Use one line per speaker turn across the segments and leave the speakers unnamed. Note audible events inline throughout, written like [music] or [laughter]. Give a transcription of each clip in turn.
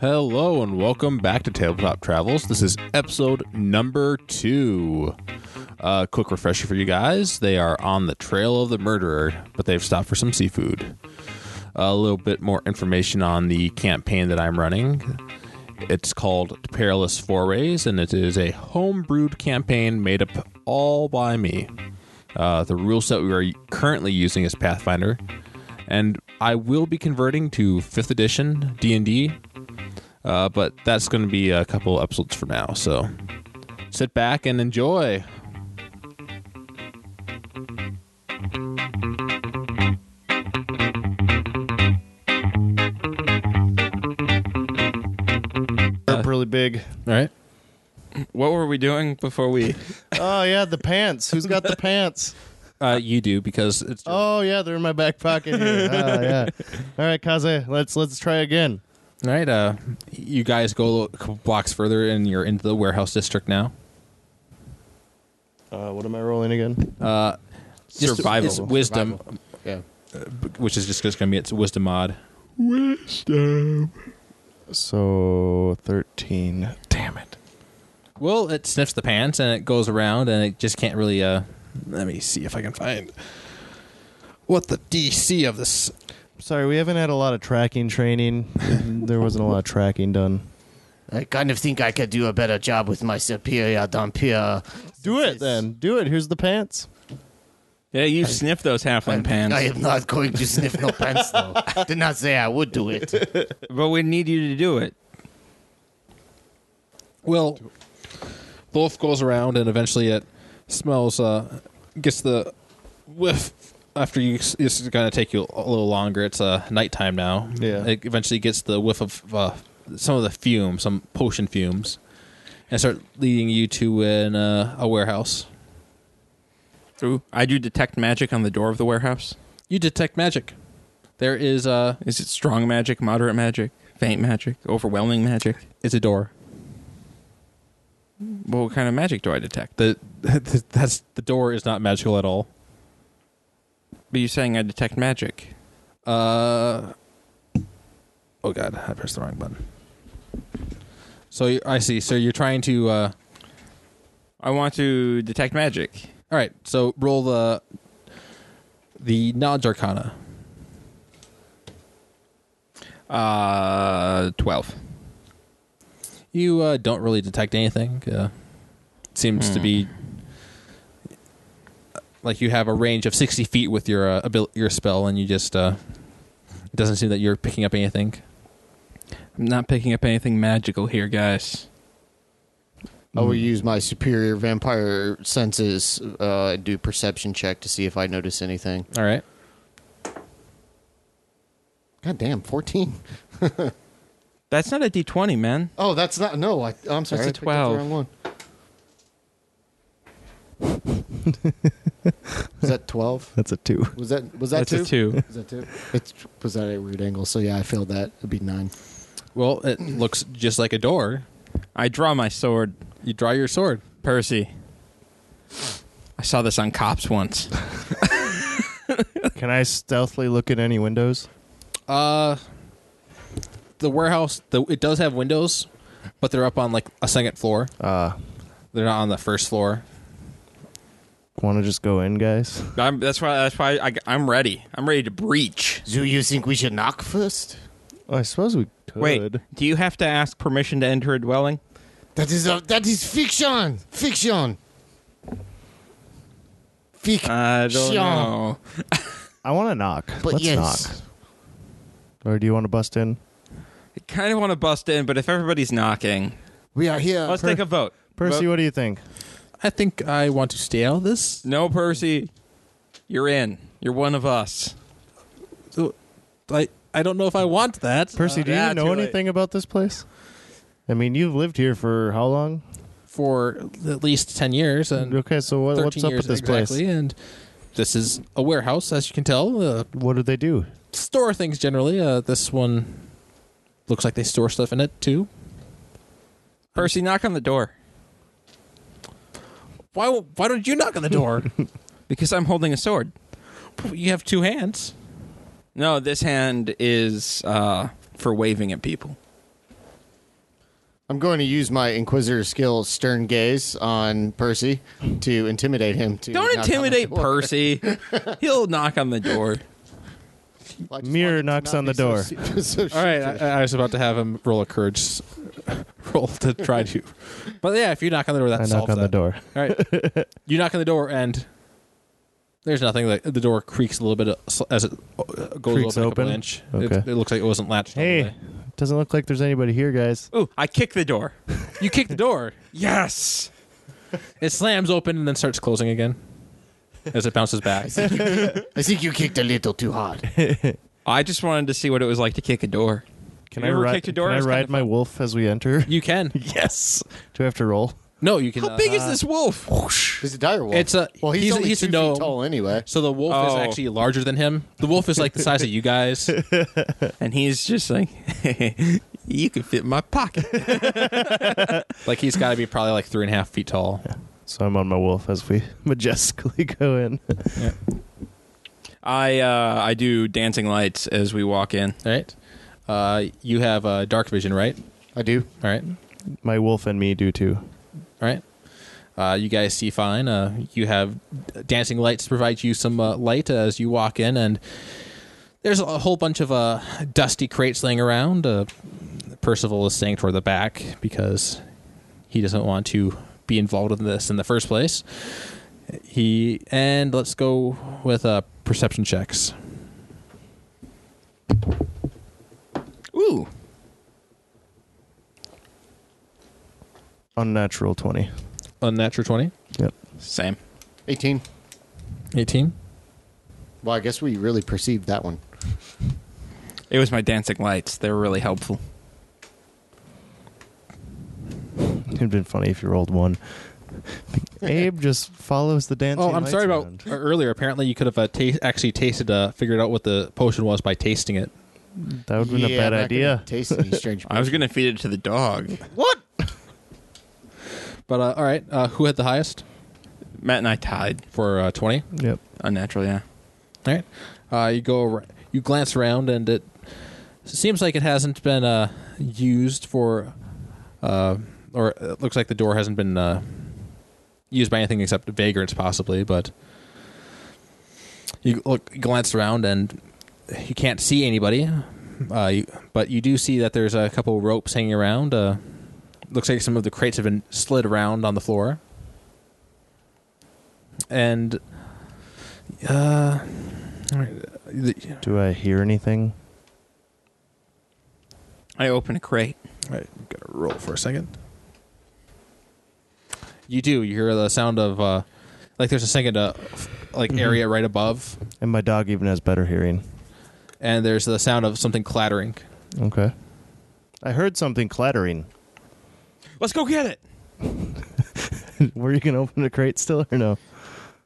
Hello and welcome back to Tabletop Travels. This is episode number two. Uh, quick refresher for you guys: they are on the trail of the murderer, but they've stopped for some seafood. A little bit more information on the campaign that I'm running. It's called Perilous Forays, and it is a homebrewed campaign made up all by me. Uh, the rule set we are currently using is Pathfinder, and I will be converting to Fifth Edition D and D uh, but that's going to be a couple episodes from now. So sit back and enjoy.
up really big.
All right.
What were we doing before we?
Oh yeah, the pants. Who's got the [laughs] pants?
Uh, you do because it's
Oh yeah, they're in my back pocket. [laughs] Here. Oh yeah. All right, Kaze, let's let's try again.
all right. Uh, you guys go a little- couple blocks further, and you're into the warehouse district now.
Uh, what am I rolling again?
Just-
Survival.
it's wisdom, which is just going to be its wisdom mod.
So thirteen. Damn it.
Well, it sniffs the pants and it goes around and it just can't really. Uh, let me see if I can find what the DC of this.
Sorry, we haven't had a lot of tracking training. there wasn't a lot of tracking done.
I kind of think I could do a better job with my superior Dampier.
[laughs] Do it then. Do it. Here's the pants.
Yeah, you sniffed those halfling pants.
I am not going to sniff no pants,
[laughs]
though. Did not say I would do it.
but we need you to do it.
Well, both goes around and eventually it smells. Uh, gets the whiff after you. This is gonna take you a little longer. It's uh, nighttime now.
Yeah.
It eventually gets the whiff of uh, some of the fumes, some potion fumes, and start leading you to an, uh, a warehouse.
Through. I do detect magic on the door of the warehouse.
You detect magic. There is uh, a.
Is it strong magic, moderate magic, faint magic, overwhelming magic?
It's a door.
Well, what kind of magic do I detect?
The [laughs] that's the door is not magical at all.
But you're saying I detect magic.
Uh, oh god, I pressed the wrong button. So you, I see. So you're trying to. Uh,
I want to detect magic.
all right. So roll the the knowledge arcana.
Uh, twelve.
You uh, don't really detect anything. Uh, it seems to be uh, like you have a range of sixty feet with your uh, abil- your spell, and you just uh, it doesn't seem that you're picking up anything.
I'm not picking up anything magical here, guys.
I will use my superior vampire senses uh, and do perception check to see if I notice anything.
All right.
God damn, 14.
That's not a D20, man.
Oh, that's not. No, I, oh, I'm sorry.
That's a
I picked up the
12.
wrong one. Is that 12?
That's a two.
Was that was that
That's a two.
[laughs] Was that two? It's was that a weird angle? So yeah, I failed that. It'd be nine.
Well, it looks just like a door.
I draw my sword.
You draw your sword.
Percy. I saw this on cops once.
[laughs] Can I stealthily look at any windows?
Uh, the warehouse. The, it does have windows, but they're up on like a second floor.
Uh,
They're not on the first floor.
want to just go in, guys?
I'm, that's why. That's why I, am ready. I'm ready to breach.
Do you think we should knock first?
Oh, I suppose we could.
Wait, do you have to ask permission to enter a dwelling?
That is a, that is fiction. Fiction. Fiction.
Uh,
I
Sure.
know.
I want to knock.
but
Let's
yes.
knock. Or do you want to bust in?
I kind of want to bust in, but if everybody's knocking,
We are here.
let's take a vote.
Percy,
Vote-
what do you think?
I think I want to stay out of this.
no, Percy, you're in. You're one of us.
Uh, I I don't know if I want that.
Percy, do
yeah,
you know
too late.
anything about this place? I mean, you've lived here for how long?
for at least ten years and
Okay, so what,
thirteen
what's up
years
with this
exactly.
place?
And this is a warehouse, as you can tell. Uh,
What do they do?
store things generally. Uh, this one looks like they store stuff in it too.
Percy, knock on the door
Why why don't you knock on the
[laughs]
door?
because I'm holding a sword.
you have two hands.
No, this hand is uh, for waving at people.
I'm going to use my inquisitor skill, stern gaze, on Percy to intimidate him. To
Don't
knock on the
intimidate
door.
[laughs] Percy. He'll knock on the door.
I just
Mirror
wanted to
knocks
not
on
be
the door.
[laughs] So, so
All right, I, I was about to have him roll a courage s- [laughs] roll to try to, but yeah, if you knock on the door, that
I knock
solves
on the
that.
door.
All right,
[laughs]
you knock on the door and there's nothing. The, the door creaks a little bit as it uh, goes
Creaks
open, a couple
open?
inch. It,
Okay.
it looks like it wasn't latched. all the
Hey,
way.
doesn't look like there's anybody here, guys.
Ooh, I kick the door.
you kick the
[laughs]
door.
Yes.
It slams open and then starts closing again as it bounces
[laughs]
back.
I think you kicked a little too [laughs] hard.
I just wanted to see what it was like to kick a door.
Can
You
I
ever
ride?
kicked a door?
Can I
It's
ride
kind of
my wolf as we enter?
You can.
yes. Do I have to roll?
No, you can. Uh,
How big is this wolf?
He's a dire wolf.
It's a-
well. He's,
he's a-
only
he's a
two
gnome.
feet tall anyway.
So the wolf is
Oh.
actually larger than him. The wolf is like the size of you
[laughs]
guys.
And he's just like, [laughs] you can fit in my pocket. [laughs]
Like he's got to be probably like three and a half feet tall.
So I'm on my wolf as we [laughs] majestically go in. [laughs]
I uh, I do dancing lights as we walk in.
All right. Uh, you have uh, dark vision, right?
I do.
All right.
My wolf and me do too.
All right. Uh, you guys see fine. Uh, you have dancing lights to provide you some uh, light as you walk in, and there's a whole bunch of uh, dusty crates laying around. Uh, Percival is staying toward the back because he doesn't want to be involved in this in the first place. He and let's go with uh, perception checks.
Ooh.
Unnatural twenty.
Unnatural 20,
Yep.
Same.
18.
18.
Well, I guess we really perceived that one.
It was my dancing lights. They were really helpful.
It'd been funny if you rolled one. [laughs] Abe just follows the dancing.
Oh, I'm
lights
sorry about
around.
earlier. Apparently, you could have uh, ta- actually tasted, uh, figured out what the potion was by tasting it.
That would have been
Yeah,
a bad
I'm not gonna
idea.
Taste
[laughs]
any strange.
I was going to feed it to the dog.
But uh, all right, uh, who had the highest
Matt and I tied.
for uh, twenty?
yep.
Unnatural, yeah.
All right, uh, you go, ar- you glance around, and it seems like it hasn't been uh, used for, uh, or it looks like the door hasn't been uh, used by anything except vagrants, possibly. But you look, glance around, and you can't see anybody. Uh, you, but you do see that there's a couple ropes hanging around. Uh, looks like some of the crates have been slid around on the floor. And uh, all right, the-
Do I hear anything?
I open a crate.
all right, I'm gonna roll for a second. You do. You hear the sound of uh, like there's a second uh, f- like area right above,
And my dog even has better hearing.
and there's the sound of something clattering.
Okay. I heard something [laughs] clattering.
Let's go get it.
Were you gonna open the crate still or no?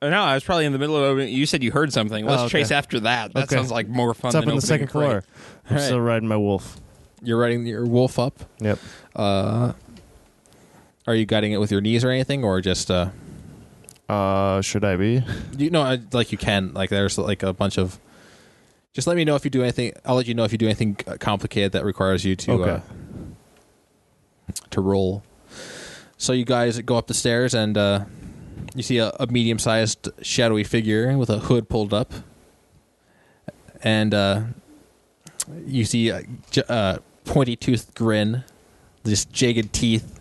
Oh, no, I was probably in the middle of it. You said you heard something. Let's
Oh, okay.
chase after that. That
Okay.
sounds like more fun
It's up
than
on the
opening
second
a
floor.
crate.
I'm
All right.
still riding my wolf.
You're riding your wolf up.
Yep.
Uh, are you guiding it with your knees or anything, or just uh,
Uh, should I be?
you know, I- like you can like there's like a bunch of. Just let me know if you do anything. I'll let you know if you do anything uh, complicated that requires you to uh,
Okay.
to roll. So you guys go up the stairs and uh, you see a, a medium-sized shadowy figure with a hood pulled up, and uh, you see a, j- a pointy-toothed grin, this jagged teeth.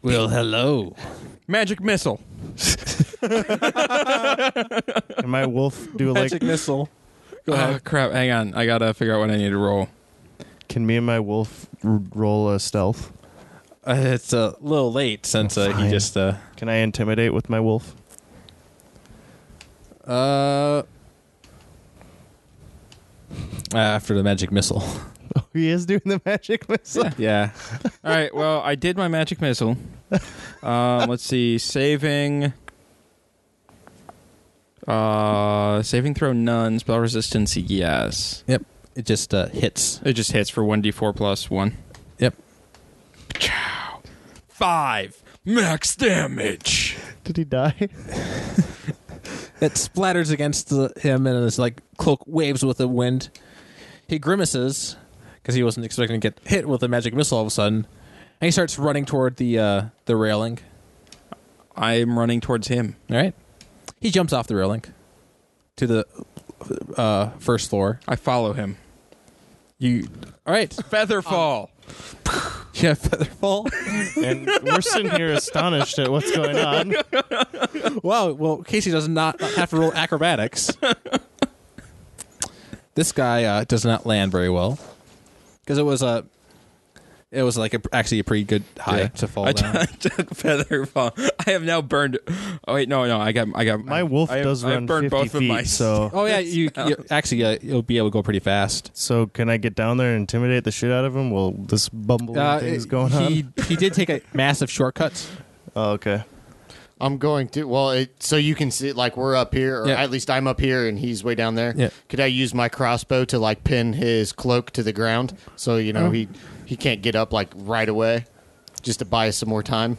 Well, hello.
Magic missile.
[laughs] Can my wolf do like?
missile.
Go ahead. Uh, crap. Hang on. I got to figure out what I need to roll.
Can me and my wolf r- roll a stealth?
Uh, it's a little late since uh, he
Fine.
just. Uh,
Can I intimidate with my wolf?
uh, after the magic missile.
[laughs]
[laughs]
Oh, he is doing the magic missile. [laughs]
yeah.
All right. Well, I did my magic [laughs] missile. Um, let's see. Saving. Uh, saving throw none. Spell resistance yes.
Yep. It just uh, hits.
It just hits for one d4 plus one.
Yep.
Chow. Five max damage.
Did he die?
It splatters against the, him, and his like cloak waves with the wind. He grimaces, because he wasn't expecting to get hit with a magic missile all of a sudden. And he starts running toward the uh, the railing.
I'm running towards him.
All right, he jumps off the railing to the uh, first floor.
I follow him.
You all right?
Featherfall.
[laughs] Yeah, featherfall.
[laughs] and we're sitting here astonished at what's going
[laughs]
on.
Wow. Well, Casey does not have to roll acrobatics. [laughs] this guy uh, does not land very well because it was a, it was like a, actually a pretty good high
Yeah.
to fall
[laughs] I
down.
took featherfall. I have now burned. Oh wait, no, no. I got. I got.
My wolf
I have-
does
I
run
burned
50
both
feet,
of my. [laughs]
so
[laughs] oh yeah, you, you actually uh, you'll be able to go pretty fast.
so can I get down there and intimidate the shit out of him? Well, this bumbling
Uh,
thing's going
he
on.
he did take [laughs] a massive shortcut.
Oh, okay.
I'm going to. Well, it, so you can see, like, we're up here, or
Yeah.
at least I'm up here and he's way down there.
Yeah.
Could I use my crossbow to, like, pin his cloak to the ground so, you
Uh-huh.
know, he, he can't get up, like, right away just to buy us some more time?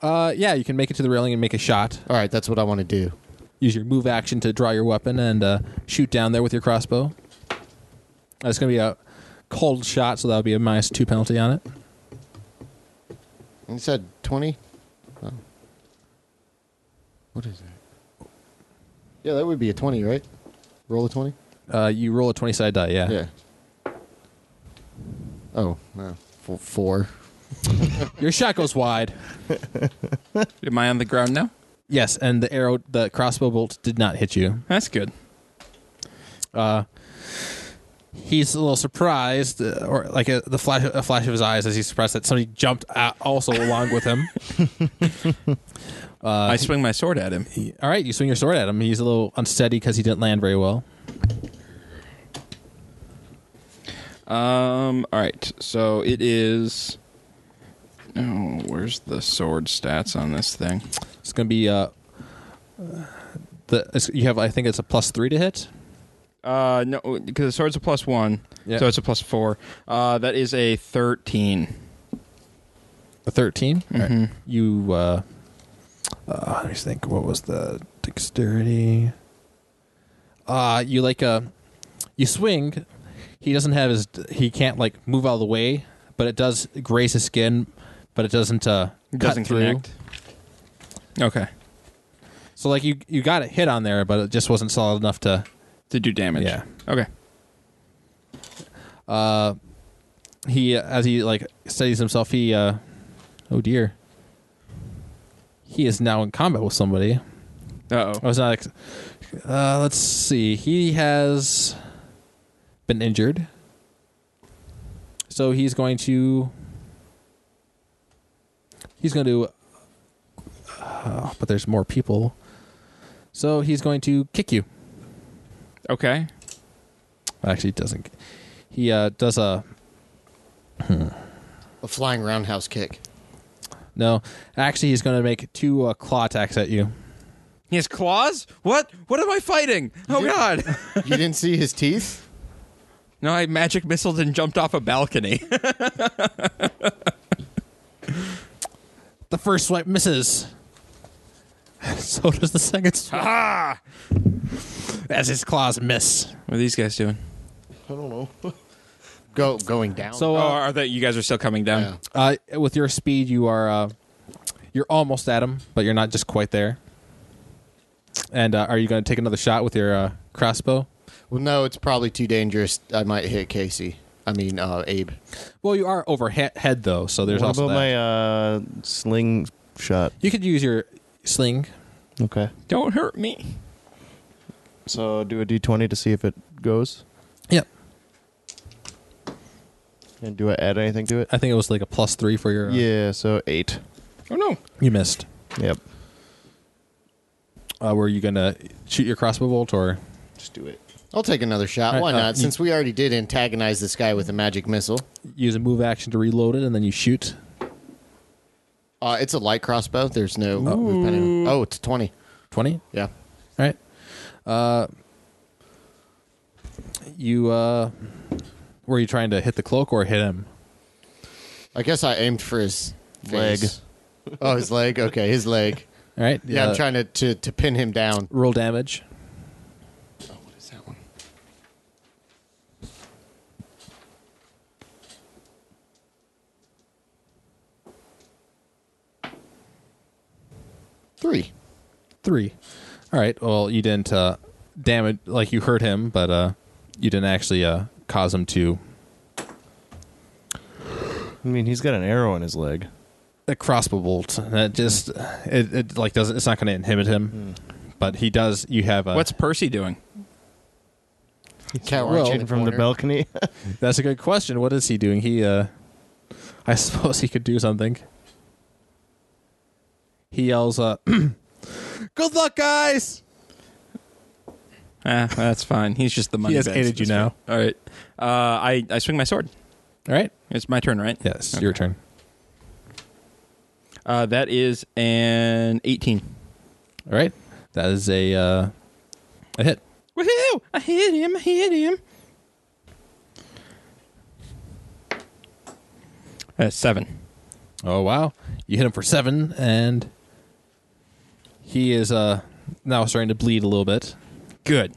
Uh, yeah, you can make it to the railing and make a shot.
All right, that's what I want to do.
Use your move action to draw your weapon and uh, shoot down there with your crossbow. That's gonna be a cold shot, so that'll be a minus two penalty on it.
You said 20? Oh. What is that? Yeah, that would be a 20, right? Roll a 20?
Uh, you roll a twenty side die. Yeah.
Yeah. Oh, no. Four. four.
Your shot goes wide.
Am I on the ground now?
Yes, and the arrow, the crossbow bolt did not hit you.
That's good.
He's a little surprised, uh, or like a, the flash, a flash of his eyes as he's surprised that somebody jumped out also along with him.
Uh,
I swing my sword at him.
All right, you swing your sword at him. He's a little unsteady because he didn't land very well.
Um. All right. So it is. Oh, where's the sword stats on this thing?
It's going to be uh, the it's, you have. I think it's a plus three to hit.
Uh, no, because the sword's a plus one,
Yeah.
so it's a plus four. Uh, that is a thirteen.
A 13
Mm-hmm.
You. Uh, uh, let me just think. What was the dexterity? Uh you like uh you swing. He doesn't have his. He can't like move out of the way, but it does graze his skin, but it doesn't uh cut
Doesn't
through.
connect. Okay,
So like you you got a hit on there, but it just wasn't solid enough to.
to do damage.
Yeah.
Okay.
He as he like steadies himself. He uh oh dear. He is now in combat with somebody.
Uh
I
oh.
was not. Ex- uh, let's see. He has been injured, so he's going to. He's going to. Uh, but there's more people, so he's going to kick you.
Okay.
Actually, he doesn't. He uh, does a
A flying roundhouse kick.
no. Actually, he's going to make two uh, claw attacks at you.
He has claws. What? What am I fighting? Oh
did-
God!
[laughs]
You didn't see his teeth?
no, I magic missiled and jumped off a balcony. [laughs]
The first swipe misses. [laughs] so does the second swipe.
ah!
As his claws miss.
What are these guys doing?
I don't know. Go going down.
So
Oh,
uh,
are they? You guys are still coming down.
Yeah.
um,
Uh, with your speed, you are uh, you're almost at him, but you're not just quite there. And uh, are you going to take another shot with your uh, crossbow?
well, no, it's probably too dangerous. I might hit Casey. I mean, uh, Abe.
Well, you are overhead head, though, so there's
what
also that.
about my uh, sling shot?
you could use your sling.
Okay.
Don't hurt me.
So do a d20 to see if it goes,
Yep.
and do I add anything to it?
I think it was like a plus three for your. uh,
yeah. So eight.
Oh no!
You missed.
Yep.
Uh, were you going to shoot your crossbow bolt or?
Just do it.
I'll take another shot.
All
Why
right, uh,
not?
you-
Since we already did antagonize this guy with a magic missile,
Use a move action to reload it, and then you shoot.
uh, it's a light crossbow. There's no. Oh, it's twenty.
Twenty.
Yeah.
All right. Uh, you uh, were you trying to hit the cloak or hit him?
I guess I aimed for his
Leg.
face. oh, his leg. Okay, his leg.
[laughs]
All right.
Yeah,
uh,
I'm trying to, to to pin him down.
roll damage.
What is that one? Three.
Three. All right. Well, you didn't uh, damage like you hurt him, but uh, you didn't actually uh, cause him to
I mean, he's got an arrow in his leg.
a crossbow bolt. That just it, it like doesn't. It's not going to inhibit him, but he does. You have a.
What's Percy doing?
Crouching in
Shooting from the
corner.
balcony.
that's a good question. What is he doing? He. uh I [laughs] suppose he could do something. He yells, uh, [clears throat] "Good luck, guys!"
Ah, that's fine. He's just the money.
has
bags.
aided you
That's fine. All right. Uh, I I swing my sword.
All right.
It's my turn, right?
Yes,
Okay.
your turn.
Uh, that is an 18.
All right. That is a uh, a hit.
Woohoo! I hit him! I hit him! Uh, seven.
Oh wow! You hit him for seven, and he is uh now starting to bleed a little bit.
Good.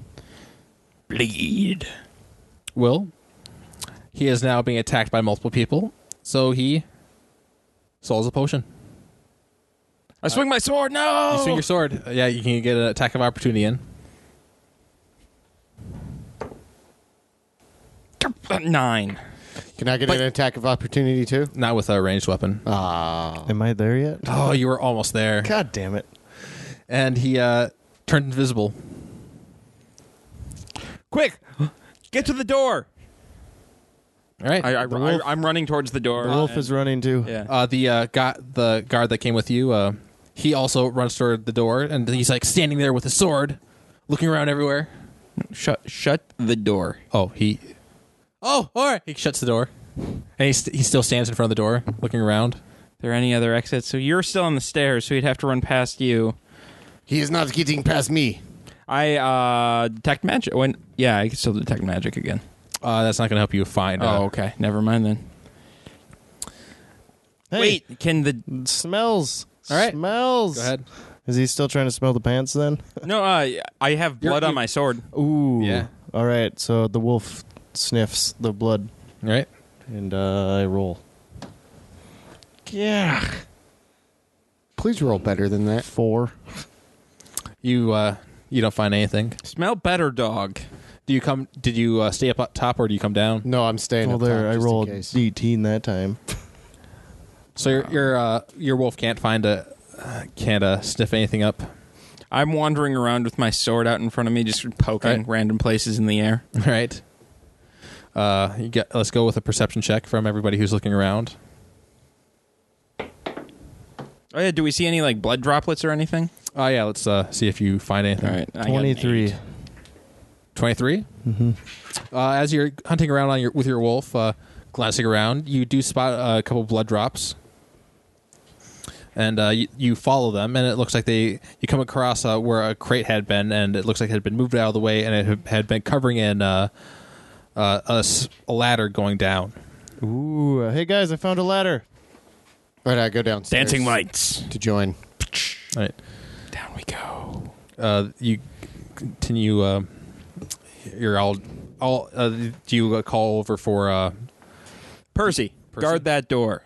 Bleed.
Will, he is now being attacked by multiple people, so he souls a potion.
I swing my sword. No.
You swing your sword. Uh, Yeah, you can get an attack of opportunity in.
uh, Nine.
Can I get an attack of opportunity too?
Not with a ranged weapon.
Ah.
[laughs] Am I there yet?
Oh, you were almost there.
God damn it.
And he uh turned invisible.
Quick, get to the door.
All right.
I, I,
The wolf-
I, am running towards the door.
The wolf
and-
is running too.
Yeah.
Uh, the uh, guy, the guard that came with you, uh, he also runs toward the door, and he's like standing there with his sword, looking around everywhere.
shut. Shut the door.
Oh, he. Oh, all right. He shuts the door, and he st- he still stands in front of the door, looking around.
there any other exits? So you're still on the stairs, so he'd have to run past you.
He is not getting past me.
I uh detect magic. When yeah, I can still detect magic again.
Uh, that's not going to help you find. Uh,
Oh, okay. Never mind then.
Hey,
Wait, can the
it Smells.
All right.
Smells.
Go ahead.
Is he still trying to smell the pants then?
no? Uh, I have blood
You're-
on my sword.
Ooh.
Yeah.
All right. So the wolf sniffs the blood
All right.
and uh, I roll. Yeah.
Please roll better than that.
Four.
You uh, you don't find anything.
Smell better, dog.
Do you come? Did you uh, stay up on top or do you come down?
No, I'm staying.
Well,
up top
there. I
just in
rolled
case.
18 that time.
So your your uh, your wolf can't find a uh, can't uh, sniff anything up. [laughs]
I'm wandering around with my sword out in front of me, just poking
Right.
random places in the air.
All right. Uh, you get, let's go with a perception check from everybody who's looking around.
Oh yeah, do we see any like blood droplets or anything?
Oh yeah, let's uh, see if you find anything.
All right, I got an
23.
eight.
23 mm-hmm. uh, as you're hunting around on your with your wolf uh, glancing around you do spot uh, a couple blood drops and uh, you, you follow them and it looks like they you come across uh, where a crate had been and it looks like it had been moved out of the way and it had- had been covering in uh, uh, a, s- a ladder going down
Ooh.
uh,
Hey guys, I found a ladder.
All right, I go downstairs.
Dancing lights.
to [laughs] join.
All right
Down we go.
uh, you continue uh, you're all all uh, do you uh, call over for uh,
Percy,
Percy?
guard that door.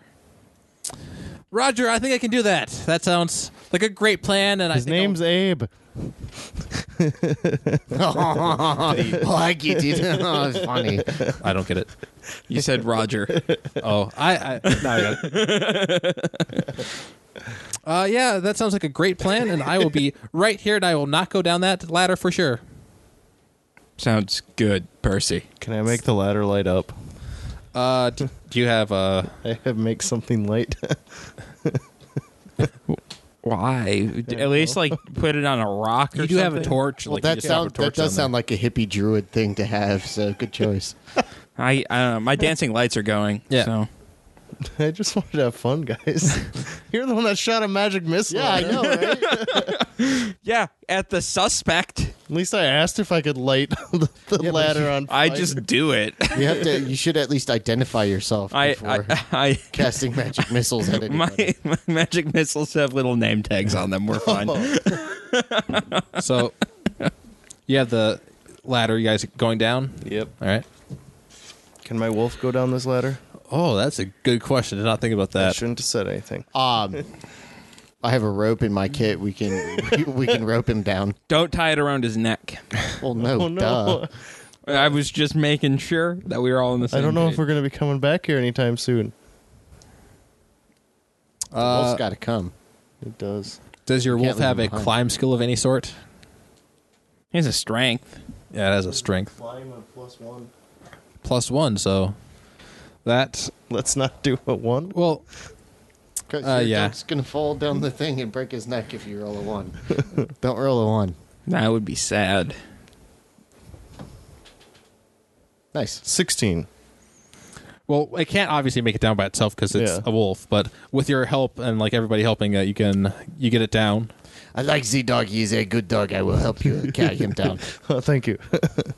Roger, I think I can do that. That sounds like a great plan. And I
His
think I'll-
name's Abe.
oh, I get it. [laughs] Oh, it's funny.
I don't get it.
You said [laughs] Roger.
Oh,
[laughs]
I, I now I got it. [laughs] Uh, yeah, that sounds like a great plan, and I will be right here, and I will not go down that ladder for sure.
Sounds good, Percy.
Can I make the ladder light up?
Uh, d- do you have uh?
I have make something light.
Why? At least like put it on a rock. Or
You do have a
something?
torch.
Well,
like, you
that
just have a
sound that
torch
does
on
sound like a hippie druid thing to have. So good choice.
I, I don't know. My dancing lights are going.
Yeah.
So
I just wanted to have fun, guys. [laughs] You're the one that shot a magic missile.
yeah, I
at him.
know, right?
yeah, at the suspect,
[laughs] At least I asked if I could light [laughs] the, the ladder on. Fire.
I just do it.
You have to. You should at least identify yourself
I
before
I,
[laughs] casting magic missiles at
I
anybody.
[laughs] my, my magic missiles have little name tags on them. We're fine.
there. So, you have the ladder. You guys going down?
Yep.
All right.
Can my wolf go down this ladder?
Oh, that's a good question. Did not think about
I
that.
shouldn't have said anything.
Um, I have a rope in my kit. We can [laughs] we can rope him down.
Don't tie it around his neck.
Well, no,
Oh, no.
duh.
I was just making sure that we were all in the same
I don't know
page.
if we're going to be coming back here anytime soon.
The wolf's got to come.
It does.
Does your
Can't
wolf
leave
have
him
a
behind.
climb skill of any sort?
He has a strength.
Yeah, it has a strength
Flying on plus one.
plus one. So that
Let's not do a one.
well,
Because
Uh,
your
yeah.
dog's gonna fall down the thing and break his neck if you roll a [laughs] one. Don't roll a one.
That would be sad.
Nice.
16.
well, it can't obviously make it down by itself because it's
Yeah.
a wolf. But with your help and like everybody helping, uh, you can you get it down.
I like Z Dog. He's a good dog. I will help [laughs] you carry him down.
[laughs] Oh, thank you. [laughs]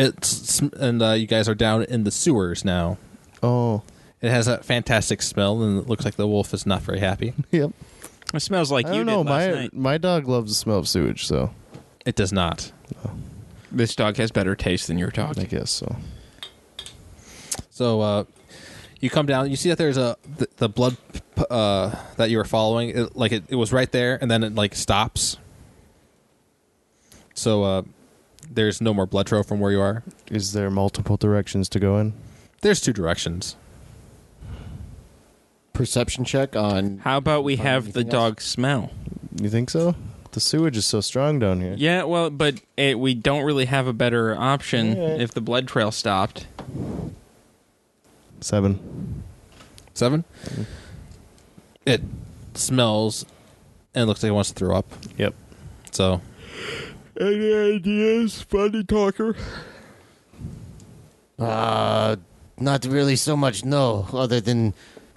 It's and uh, you guys are down in the sewers now.
oh,
It has that fantastic smell, and it looks like the wolf is not very happy.
yep.
It smells like
I
you
don't know.
did last
My
night.
my dog loves the smell of sewage, so
It does not.
This dog has better taste than your dog.
I guess so.
So uh, you come down, you see that there's a the, the blood p- uh, that you were following. It, like it, it was right there, and then it like stops. So uh, there's no more blood trail from where you are.
Is there multiple directions to go in?
There's two directions.
Perception check on.
How about we
Find
have the
anything
dog smell?
You think so? The sewage is so strong down here.
Yeah, well, but eh, we don't really have a better option
Alright.
if the blood trail stopped.
Seven.
Seven.
Mm-hmm.
It smells and looks like it wants to throw up.
Yep.
So
Any ideas, funny talker?
Uh, not really so much. No, other than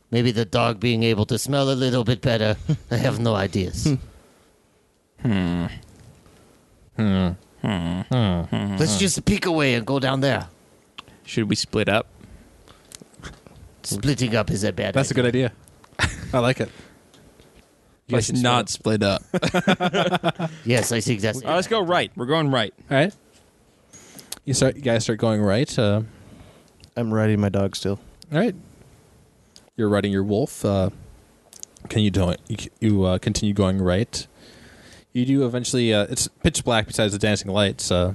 maybe the dog being able to smell a little bit better. [laughs] I have no ideas. Hmm. Let's just peek away and go down there.
Should we split up?
Splitting up is a bad.
that's a good idea. I like it. You guys
Let's
should split
not
up.
split
[laughs]
up.
Yes, I think that's.
Uh, let's go right. We're going right.
All right. You start. You guys start going right. Uh,
I'm riding my dog still.
All right. You're riding your wolf. Uh, can you do you, you uh, continue going right? You do eventually. Uh, it's pitch black besides the dancing lights. Uh,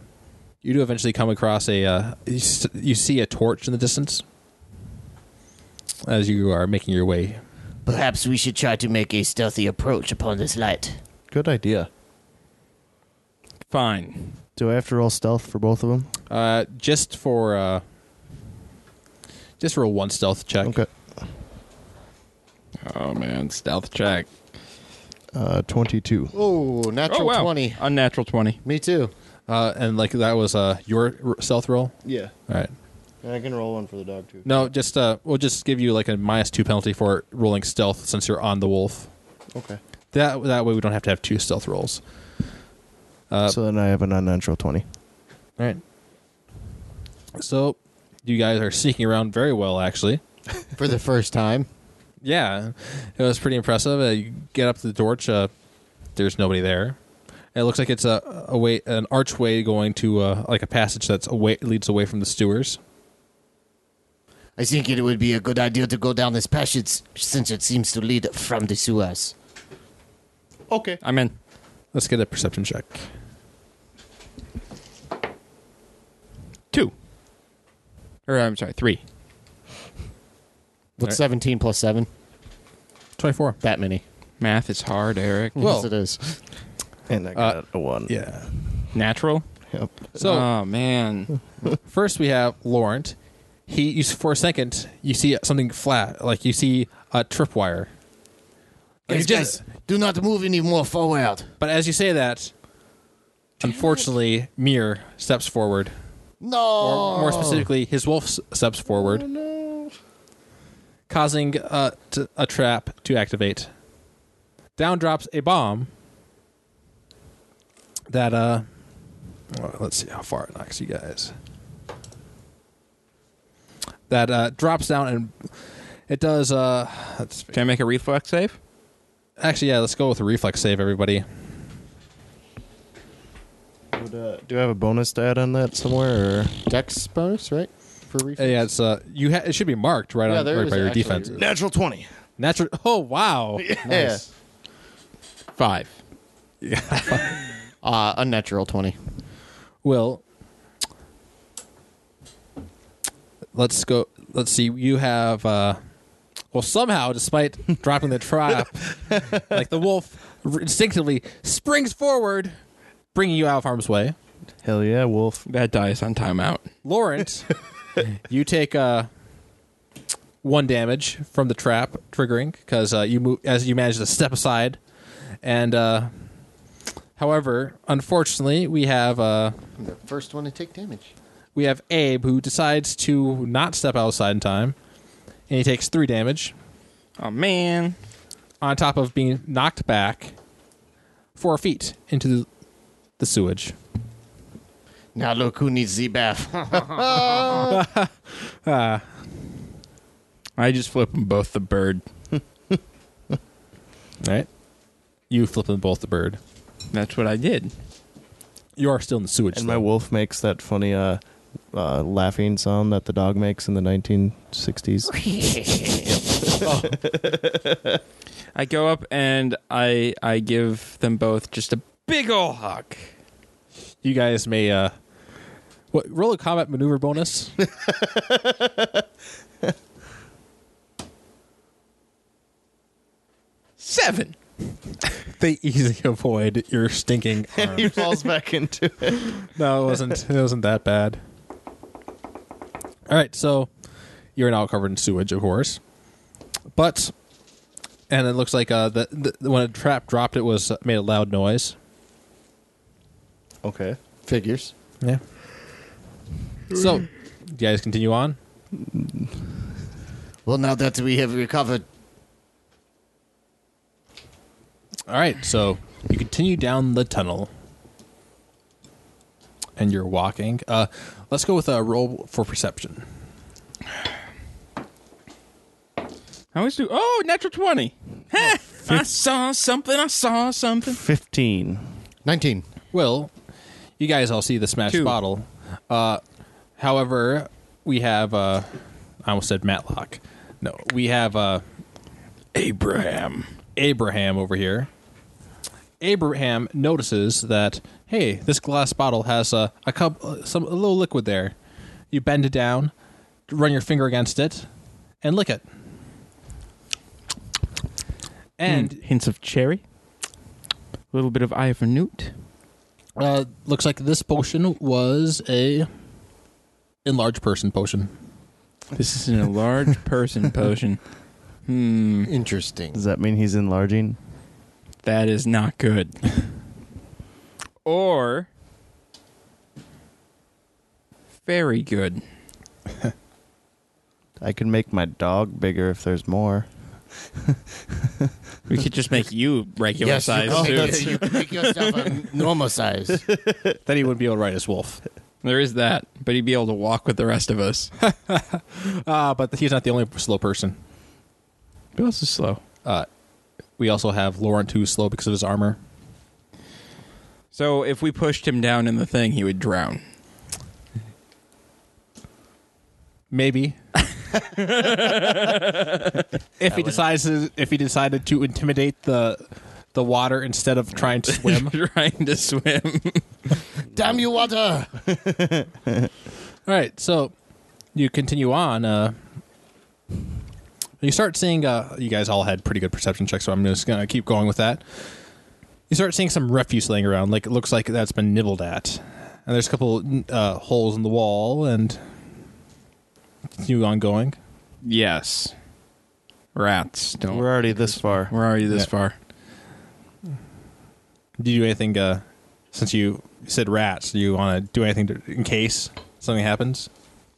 you do eventually come across a. Uh, you, s- you see a torch in the distance as you are making your way.
Perhaps we should try to make a stealthy approach upon this light.
Good idea.
Fine.
Do I have to roll stealth for both of them?
Uh, just for. Uh, just roll one stealth check.
Okay.
Oh man, stealth check.
Uh, 22.
Oh, natural
oh wow,
twenty.
unnatural twenty.
Me too.
Uh, and like that was uh, your r- stealth roll.
Yeah.
All right.
And I can roll one for the dog too.
No, just uh, we'll just give you like a minus two penalty for rolling stealth since you're on the wolf.
Okay.
That that way we don't have to have two stealth rolls.
so then I have an unnatural 20.
All right. So you guys are sneaking around very well, actually.
For the first time.
Yeah, it was pretty impressive. Uh, you get up to the torch. Uh, there's nobody there. It looks like it's a, a way an archway going to uh, like a passage that's away leads away from the sewers.
I think it would be a good idea to go down this passage since it seems to lead from the sewers.
Okay.
I'm in.
Let's get a perception check.
Two. Or I'm sorry, three.
What's
Right.
17 plus 7?
Twenty four.
That many.
Math is hard, Eric.
Well-
yes, it is.
And I got a 1.
Yeah.
Natural.
Yep.
So
oh man,
First, we have Laurent. He you, for a second you see something flat, like you see a tripwire. Like,
Guys,
it just-
guys, do not move anymore forward.
but as you say that, unfortunately, Mir steps forward.
No.
Or
Oh.
more specifically, his wolf s- steps forward, causing uh, t- a trap to activate. Down drops a bomb. That uh, well, let's see how far it knocks you guys. That uh, drops down and it does. Uh, let's-
can I make a reflex save?
actually, yeah, let's go with a reflex save, everybody. Uh,
Would, uh, do I have a bonus to add on that somewhere? Or?
Dex bonus, right? For
Uh, Yeah, it's uh, you. Ha- it should be marked right
Yeah,
on
there
right
is
by your
actually-
defenses.
[laughs]
Natural 20.
Natural. Oh wow.
Yeah.
Five.
Uh, unnatural 20.
Well, let's go. Let's see. You have. Uh, well, somehow, despite dropping the trap, like the wolf instinctively springs forward, bringing you out of harm's way.
Hell yeah, wolf.
That dice on timeout.
Lawrence, you take uh, one damage from the trap triggering because uh, you move as you manage to step aside, and uh, however, unfortunately, we have uh,
I'm the first one to take damage.
we have Abe who decides to not step outside in time, and he takes three damage
Oh man.
on top of being knocked back four feet into the, the sewage.
Now look who needs the bath. [laughs]
I just flip 'em both the bird.
All right, you flipping both the bird.
That's what I did.
You are still in the sewage.
And my
though.
wolf makes that funny uh, uh, laughing sound that the dog makes in the [laughs] 1960s.
I go up and I I give them both just a big ol' hug.
[laughs] you guys may uh what roll a combat maneuver bonus
Seven.
[laughs] they easily avoid your stinking [laughs] arm
he falls back into it.
no it wasn't it wasn't that bad all right so you're now covered in sewage of course but and it looks like uh the, the when a trap dropped it was uh, made a loud noise
Okay.
Figures.
yeah so do you guys continue on
Well, now that we have recovered,
All right, so you continue down the tunnel, and you're walking. Uh, let's go with a roll for perception.
I always do. Oh, natural twenty. [laughs] Heh, I saw something. I saw something.
15.
19.
Well, you guys all see the smashed
Two.
bottle. Uh, however, we have uh, I almost said Matlock. No, we have uh,
Abraham.
Abraham over here. Abraham notices that hey, this glass bottle has a a cup, uh, some a little liquid there. You bend it down, run your finger against it, and lick it. And
hints of cherry. A little bit of eye of a newt.
uh, looks like this potion was a enlarged person potion.
This is an [laughs] large person potion. Hmm,
Interesting.
Does that mean he's enlarging?
that is not good. [laughs] or very good.
I can make my dog bigger if there's more.
We could just make you regular size
you,
too.
that's- [laughs] you can make yourself a normal size. [laughs]
Then he wouldn't be able to ride his wolf.
There is that, but he'd be able to walk with the rest
[laughs]
of us.
Uh, but he's not the only slow person.
Who else is slow?
We also have Laurent who's slow because of his armor.
So if we pushed him down in the thing, he would
[laughs]
drown.
Maybe. [laughs] if he decides to, if he decided to intimidate the the water instead of trying to swim. All
trying to swim.
Damn you, water!
right, so you continue on. Uh, you start seeing. Uh, you guys all had pretty good perception checks, so I'm just gonna keep going with that. You start seeing some refuse laying around, like it looks like that's been nibbled at, and there's a couple uh, holes in the wall, and continue ongoing.
[laughs] Yes. Rats. Don't.
We're already this far.
Where are you this
Yeah.
far?
Do you do anything uh, since you said rats? Do you want to do anything to, in case something happens,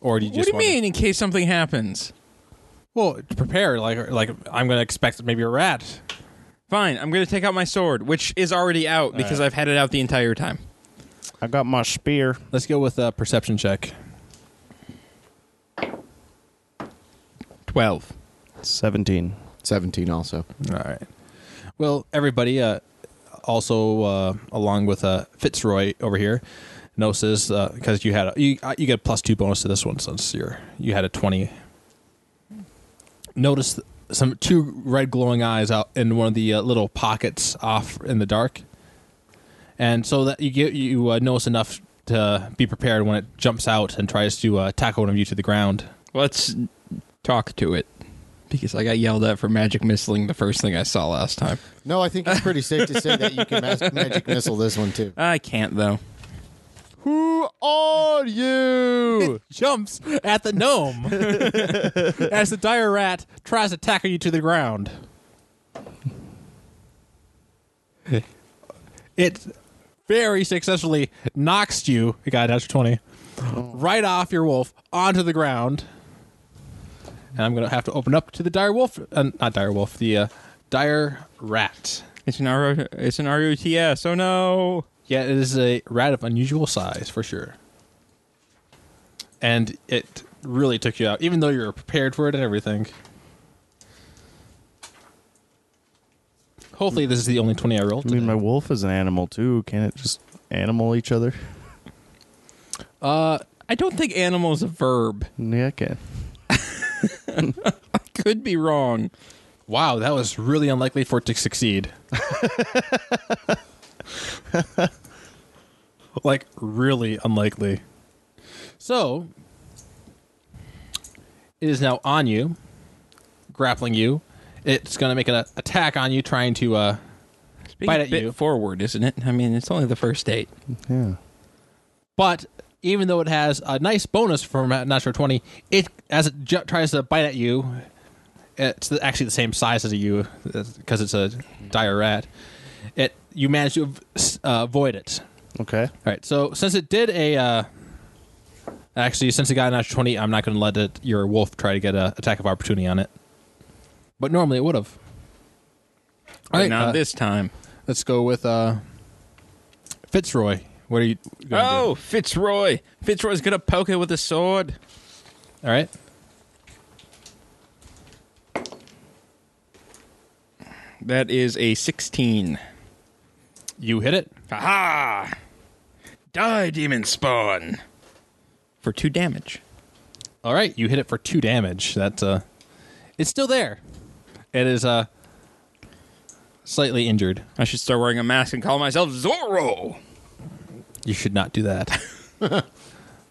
or do you
what
just?
do you
wanna-
mean? In case something happens.
Well, to prepare. Like, like I'm going to expect maybe a rat.
Fine. I'm going to take out my sword, which is already out because I've had it out the entire time.
I got my spear.
Let's go with a perception check.
Twelve.
17.
17 also.
All right. Well, everybody, uh, also uh, along with uh, Fitzroy over here, notices because you had a, you uh, you get a plus two bonus to this one since you're you had a twenty. Notice some two red glowing eyes out in one of the uh, little pockets off in the dark, and so that you get you uh, notice enough to be prepared when it jumps out and tries to uh, tackle one of you to the ground.
Let's talk to it. Because I got yelled at for magic missling the first thing I saw last time.
No, I think it's pretty safe to say that you can [laughs] mas- magic missile this one too.
I can't though.
Who are you? jumps at the gnome as the dire rat tries to tackle you to the ground. It very successfully knocks you, it got a natural 20, right off your wolf onto the ground. And I'm going to have to open up to the dire wolf, uh, not dire wolf, the uh, dire rat.
It's an R. It's an RUTS. Oh no!
Yeah, it is a rat of unusual size for sure. And it really took you out, even though you were prepared for it and everything. Hopefully, this is the only 20 I rolled.
I mean,
today.
my wolf is an animal too. Can it just animal each other?
I don't think animal is a verb.
Yeah, it can.
Could be wrong.
wow, that was really unlikely for it to succeed. [laughs] like, really unlikely. So, it is now on you, grappling you. It's going to make an a- attack on you, trying to uh, Bite at
bit
you.
forward, isn't it? I mean, it's only the first date.
Yeah.
But even though it has a nice bonus from natural twenty, it as it ju- tries to bite at you, it's the- actually the same size as you because it's a dire rat. It you manage to av- uh, avoid it.
Okay.
All right. So since it did a, uh, actually since it got a natural twenty, I'm not going to let it, your wolf try to get a attack of opportunity on it. But normally it would have.
All right, not
uh,
this time.
Let's go with uh, Fitzroy. What are you? gonna do?
Oh, Fitzroy! Fitzroy's gonna poke it with a sword.
All right.
That is a sixteen.
You hit it.
Aha! Die, demon spawn! For two damage.
All right, you hit it for two damage. That uh, it's still there. It is uh, slightly injured.
I should start wearing a mask and call myself Zorro.
You should not do that. All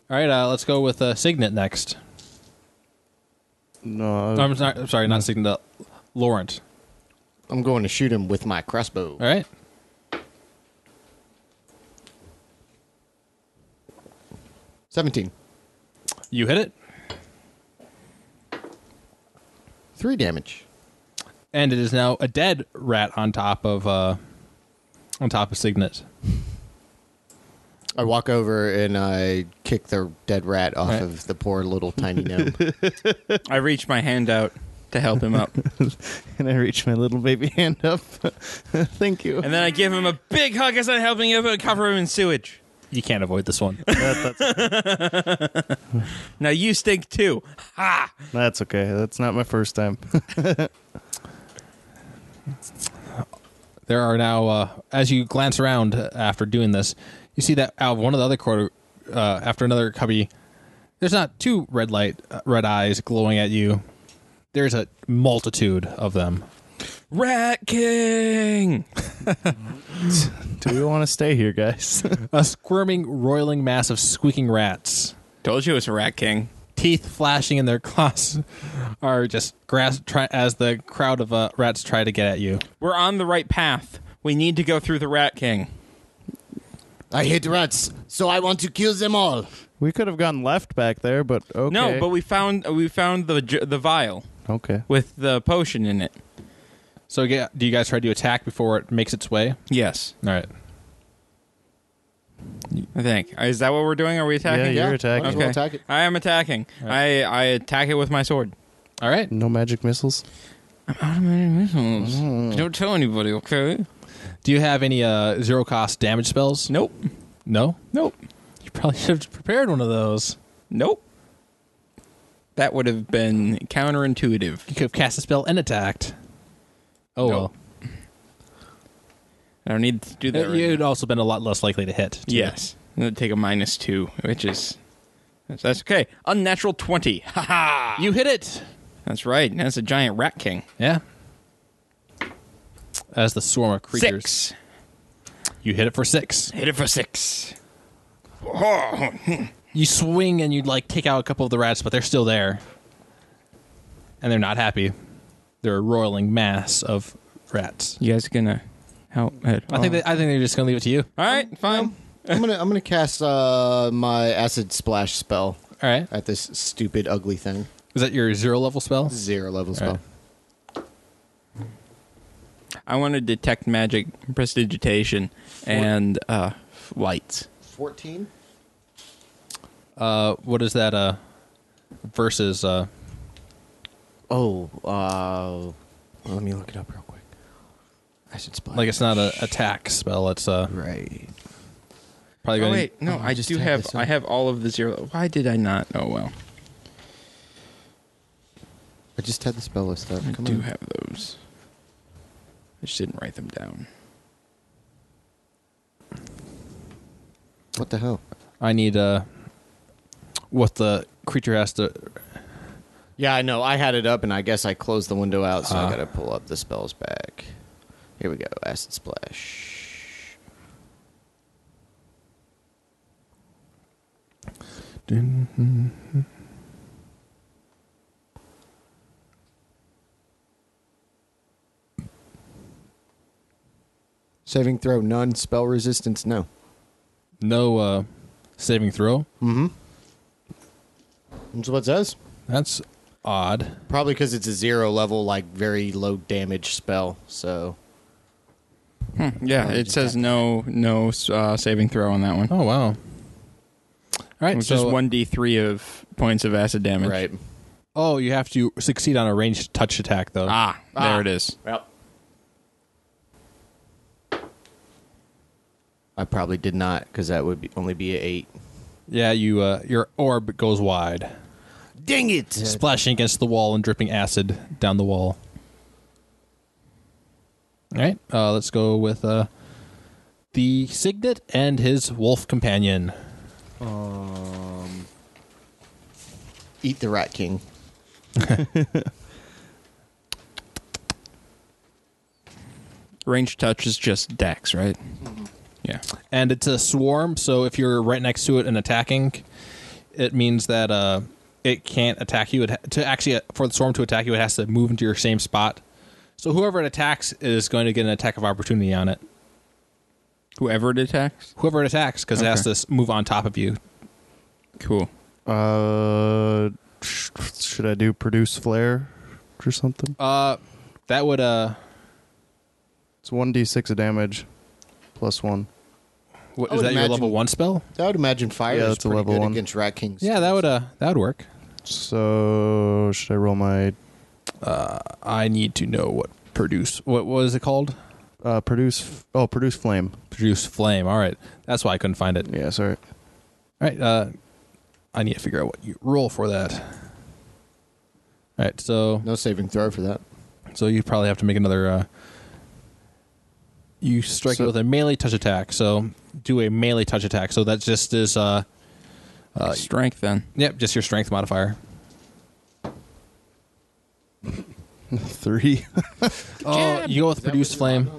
right, uh, let's go with uh, Signet next.
No.
No, I'm, sorry, I'm sorry, not Signet. Uh, Laurent.
I'm going to shoot him with my crossbow.
All right.
Seventeen.
You hit it,
Three damage.
and it is now a dead rat on top of uh, on top of Signet.
I walk over and I kick the dead rat off
Right.
of the poor little tiny gnome. [laughs]
I reach my hand out to help him [laughs] up.
and I reach my little baby [laughs] hand up. Thank you.
And then I give him a big hug as I'm helping him and cover him in sewage.
You can't avoid this one.
That- [laughs] that's,
Now you stink too. Ha!
that's okay. That's not my first time. [laughs]
there are now uh, as you glance around after doing this you see that out of one of the other quarter uh, after another cubby there's not two red light uh, red eyes glowing at you there's a multitude of them
Rat King!
Do we want to stay here, guys? [laughs]
a squirming roiling mass of squeaking rats
Told you it was a Rat King.
teeth flashing in their claws [laughs] are just grass try, as the crowd of uh, rats try to get at you
We're on the right path. We need to go through the Rat King.
I hate rats, so I want to kill them all.
we could have gone left back there, but okay.
No, but we found we found the j- the vial
okay.
with the potion in it.
so yeah, do you guys try to attack before it makes its way
Yes,
all right
I think. Is that what we're doing? Are we attacking?
Yeah, You're
why
attacking.
don't you
Okay.
attack it.
I am attacking. I I attack it with my sword.
all right
No magic missiles.
Automatic missiles.
Hmm.
Don't tell anybody, okay?
do you have any uh, zero cost damage spells
Nope.
no
Nope.
You probably should have prepared one of those.
Nope. That would have been counterintuitive.
You could have cast a spell and attacked. Oh
Nope. I don't need to do that.
Uh,
well.
right
You'd
now.
also been a lot less likely to hit. too.
Yes. I'm gonna take a minus two, which is that's okay. Unnatural twenty. [laughs] Ha ha.
You hit it.
That's right. That's a giant rat king.
Yeah. As the swarm of creatures,
Six.
you hit it for six.
Hit it for six. Oh,
You swing and you like take out a couple of the rats, but they're still there, and they're not happy. They're a roiling mass of rats.
you guys gonna help? I
I think they, I think they're just gonna leave it to you.
All right, fine.
I'm gonna I'm gonna cast uh, my acid splash spell
All right.
at this stupid ugly thing.
Is that your zero level spell?
Zero level spell.
right.
I want to detect magic, prestidigitation, and uh, lights.
Fourteen.
Uh, what is that? Uh, versus uh,
Oh, uh, let me look it up real quick. Acid splash.
like it's not an attack spell. It's uh
right.
probably
Oh
going.
wait, no,
Oh, I
I
just
do
had
have.
this up.
I have all of the zero. Why did I not? Oh well,
I just had the spell list up.
I
Come
do
on.
have those. I just didn't write them down.
what the hell?
I need uh, what the creature has to.
Yeah, I know. I had it up, and I guess I closed the window out, so
Ah.
I gotta pull up the spells back. Here we go. Acid splash. Saving throw, none. Spell resistance, no.
No uh, saving throw.
Mm-hmm. That's what it says.
That's odd.
Probably because it's a zero level, like very low damage spell. So
Yeah, it says no, no uh, saving throw on that one.
Oh wow. All right,
Which
so
is one d three of points of acid damage.
right.
Oh, you have to succeed on a ranged touch attack though.
Ah,
Ah.
there it is.
Well, I probably did not because that would be, only be a eight.
Yeah, you uh, your orb goes wide,
Dang it!
splashing against the wall and dripping acid down the wall. All right, uh, let's go with uh, the signet and his wolf companion.
Eat the rat king.
Range touch is just dex, right?
Mm-hmm.
Yeah.
and it's a swarm. So if you're right next to it and attacking, it means that uh, it can't attack you. It ha- to actually uh, for the swarm to attack you, it has to move into your same spot. So whoever it attacks is going to get an attack of opportunity on it.
Whoever it attacks.
Whoever it attacks, because it has to s- move on top of you.
Cool.
Uh, sh- should I do produce flare or something?
Uh, that would uh,
It's one d six of damage, plus one.
what,
I
is
would
that your
imagine-
level one spell?
I would imagine fire
Yeah,
is
that's a
pretty
level
good
one.
against rat kings.
Yeah, that would uh, that would work.
So should I roll my
I need to know what produce. What was it called?
uh, produce? f- Oh, produce flame.
Produce flame. All right, that's why I couldn't find it.
Yeah, sorry.
All right. Uh, I need to figure out what you roll for that. All right. So
No saving throw for that.
so you probably have to make another. Uh, you strike
So-
it with a melee touch attack. So do a melee touch attack. So that just is. Uh,
Strength then.
yep. Just your strength modifier.
Three.
Oh, you go with produce flame.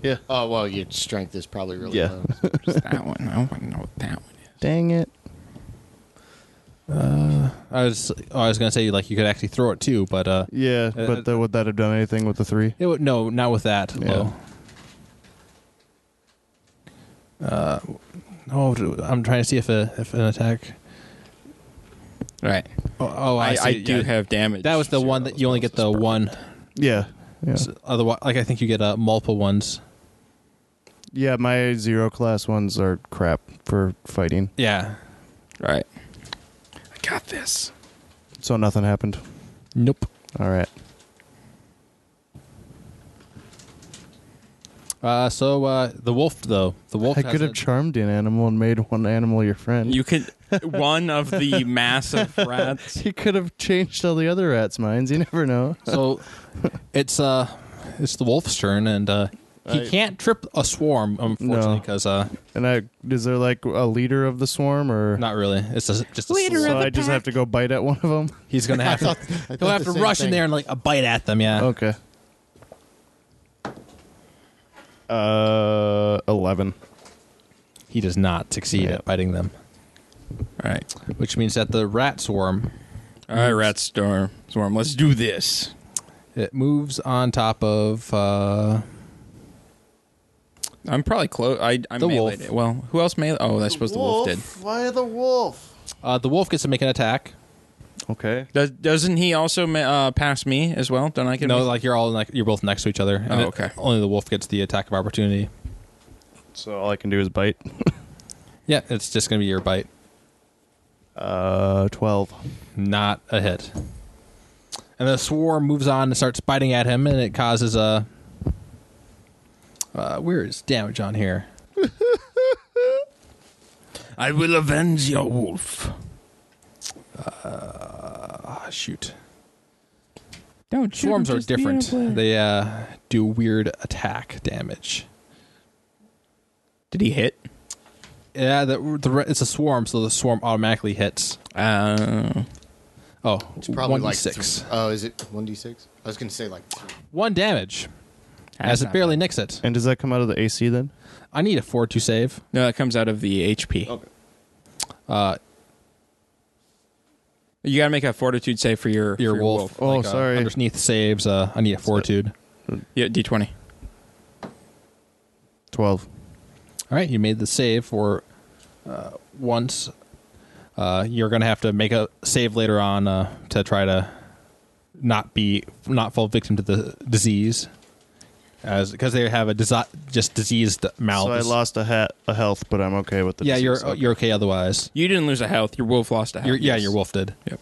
yeah.
Oh well, your strength is probably really
Yeah.
low.
Just that one. I don't know what that one is.
[laughs] Dang it.
I was oh, I was gonna say like you could actually throw it too, but uh,
Yeah,
Uh,
but that, would that have done anything with the three?
it would no, not with that
Yeah.
low. Uh, oh, dude, I'm trying to see if a if an attack.
Right.
Oh, oh I,
I, I,
see,
do
yeah.
have damage.
That was the
Zero
one that you only
levels
get the
is
one.
Yeah. Yeah.
Otherwise, like I think you get uh, multiple ones.
Yeah, my zero class ones are crap for fighting.
Yeah.
perfect. Right. I got this.
So nothing happened.
Nope.
All right.
Uh, so uh, the wolf though, the wolf.
I
has
could
a-
have charmed an animal and made one animal your friend.
You could one
[laughs]
of the massive rats.
[laughs] he could have changed all the other rats' minds. You never know.
so it's uh, it's the wolf's turn, and uh, He can't trip a swarm, unfortunately,
No.
because uh,
And I is there like a leader of the swarm or
not really. It's a, just a
So
swarm.
I just have to go bite at one of them.
He's gonna have to. he'll have to rush in there and like a bite at them. Yeah.
Okay. Uh, eleven.
He does not succeed
Yeah.
at biting them,
All right.
which means that the rat swarm
All right, Rat Storm. Swarm, let's do this.
it moves on top of. Uh,
I'm probably close. I, I
The
meleeed
wolf.
It. Well, who else meleeed? Oh, that's supposed the wolf
Why the wolf?
uh, the wolf gets to make an attack.
Okay.
did. Does, doesn't he also ma- uh, pass me as well? Don't I get
no,
me?
like you're all like, you're both next to each other. and
Oh,
it-
okay.
only the wolf gets the attack of opportunity.
So all I can do is bite.
Yeah, it's just gonna be your bite,
Uh, twelve.
not a hit. And the swarm moves on and starts biting at him, and it causes a. Uh, where is damage on here?
I will avenge your wolf.
Ah, shoot.
Don't
Swarms are different. They uh, do weird attack damage.
Did he hit?
Yeah, the, the re- it's a swarm, so the swarm automatically hits.
Uh,
Oh, [laughs]
It's probably like
six.
three- Oh, is it one d six? I was gonna say like. Two.
One damage, as
That's
it
not
barely nicks it.
And does that come out of the AC then?
I need a four to save.
no, that comes out of the HP.
Oh.
Okay.
Uh,
You got to make a fortitude save for your
your
for
wolf.
Oh,
uh,
sorry.
underneath saves. Uh, I need a fortitude.
Yeah, D20.
Twelve.
All right, you made the save for uh, once. Uh, you're gonna have to make a save later on uh, to try to not be not fall victim to the disease, as because they have a desi- just diseased mouth.
So I lost a hat, a health, but I'm okay with the.
Yeah,
disease.
you're uh,
Okay. Ah,
you're okay otherwise.
You didn't lose a health. Your wolf lost a health.
You're, yeah,
Yes.
your wolf did.
Yep.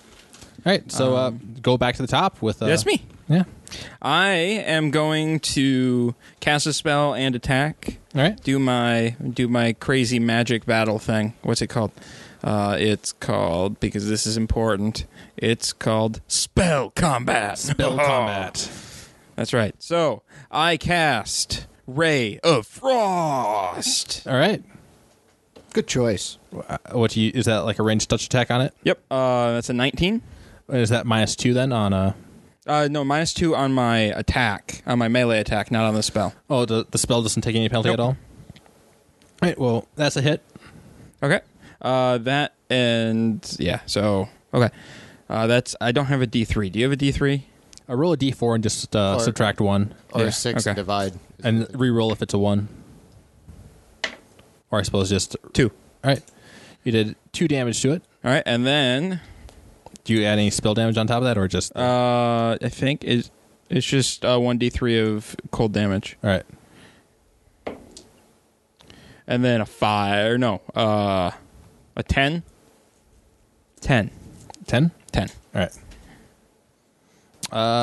All right, so
Um,
uh, go back to the top with uh,
That's me.
Yeah.
I am going to cast a spell and attack.
All right.
Do my do my crazy magic battle thing. What's it called? Uh, it's called because this is important. It's called spell combat. [laughs]
Spell combat.
That's right. So I cast Ray of Frost.
All right.
Good choice.
Uh, What do you is that like a ranged touch attack on it?
Yep. Uh, that's a nineteen.
Is that minus two then on uh
Uh, no, minus two on my attack, on my melee attack, not on the spell.
oh the the spell doesn't take any penalty
Nope.
at all. All right. Well, that's a hit.
Okay. Uh, that and yeah. So okay. Uh, that's I don't have a D three. Do you have a D three?
I roll a d4 and just uh,
Or-
subtract one
Or
Yeah,
six
okay.
and divide.
and re-roll if it's a one. Or I suppose just all
Two.
right. You did two damage to it.
All right, and then
Do you add any spell damage on top of that, or just
uh, I think it, it's just uh, one D three of cold damage,
all right?
and then a five. Or no, uh, a ten. Ten.
Ten.
Ten.
All right.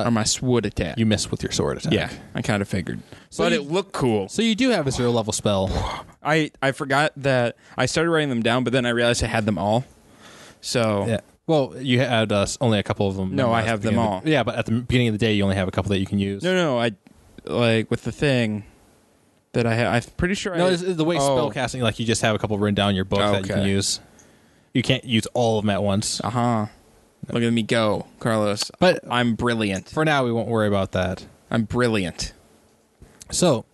or my sword attack.
Uh, You miss with your sword attack.
yeah, I kind of figured,
So
but
you-
it looked cool.
So you do have a zero level spell.
I I forgot that I started writing them down, but then I realized I had them all. So
Yeah. Well, you had uh, s- only a couple of them.
No, I
memorized at
have
the
them
beginning of the-
all.
yeah, but at the beginning of the day, you only have a couple that you can use.
No, no, I like with the thing that I have. I'm pretty sure.
No,
I,
this is the way
oh.
spell casting, like you just have a couple written down in your book that you can
Okay.
use. You can't use all of them at once.
Uh huh. Look at me go, Carlos.
But
I'm brilliant.
for now, we won't worry about that.
I'm brilliant.
So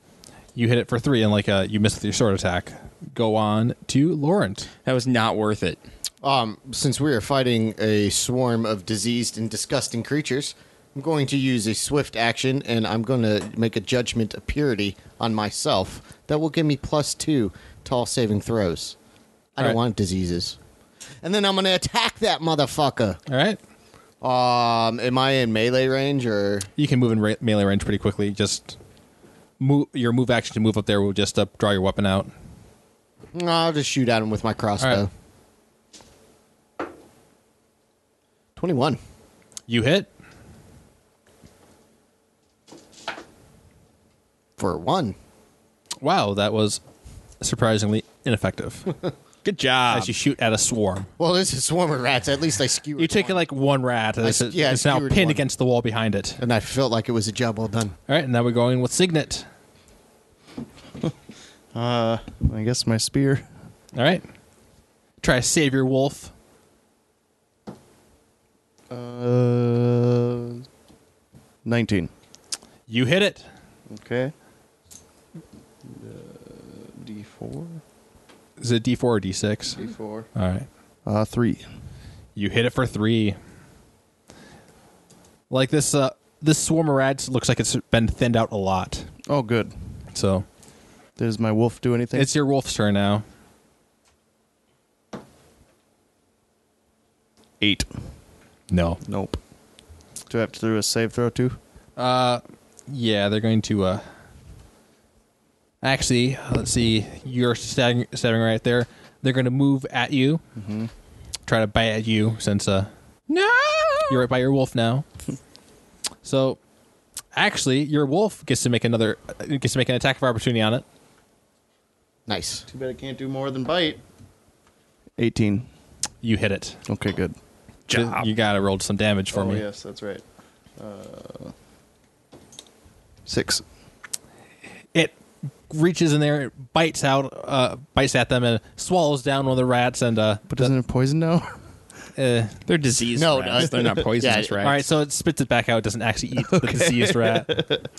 you hit it for three, and like uh, you miss with your sword attack. Go on to Laurent.
That was not worth it.
Um, since we are fighting a swarm of diseased and disgusting creatures, I'm going to use a swift action, and I'm going to make a judgment of purity on myself that will give me plus two to all saving throws. I
Alright.
don't want diseases. And then I'm going to attack that motherfucker.
All right,
Um, am I in melee range or?
you can move in ra- melee range pretty quickly. Just move your move action to move up there will just uh, draw your weapon out.
No, I'll just shoot at him with my crossbow.
Alright.
Twenty-one.
You hit
For one.
Wow, that was surprisingly
[laughs]
ineffective.
Good job.
As you shoot at a swarm,
Well, this is swarm of rats. At least I skewered.
you take
one.
like one rat, and
I
it's,
s- yeah, I
it's now
skewered
pinned
one.
against the wall behind it.
and I felt like it was a job well done.
All right, and now we're going with Signet.
Uh, I guess my spear.
All right. Try to save your wolf.
Uh, nineteen.
You hit it.
Okay. D four.
Is it D4 or D6?
D four.
All right.
Uh, three.
You hit it for three. Like this, uh, this swarm of rats looks like it's been thinned out a lot.
Oh, good.
So
Does my wolf do anything?
it's your wolf's turn now.
eight.
No.
Nope. Do I have to do a save throw too?
Yeah, they're going to. uh Actually, let's see. You're stabbing, stabbing right there. They're going to move at you, try to bite at you since uh
Mm-hmm. No.
you're right by your wolf
[laughs]
now. so, actually, your wolf gets to make another uh, gets to make an attack of opportunity on it.
Nice.
Too bad I can't do more than bite. Eighteen.
You hit it.
Okay, good.
Job.
You got to roll some damage for
oh
me.
yes, that's right. Uh, six.
It reaches in there, it bites out, uh, bites at them, and swallows down one of the rats. And uh,
But doesn't it poison now? [laughs]
uh,
They're diseased
No,
rats.
no.
They're
[laughs]
not poisonous
Yeah,
rats.
All right, so it spits it back out. It doesn't actually eat the diseased rat.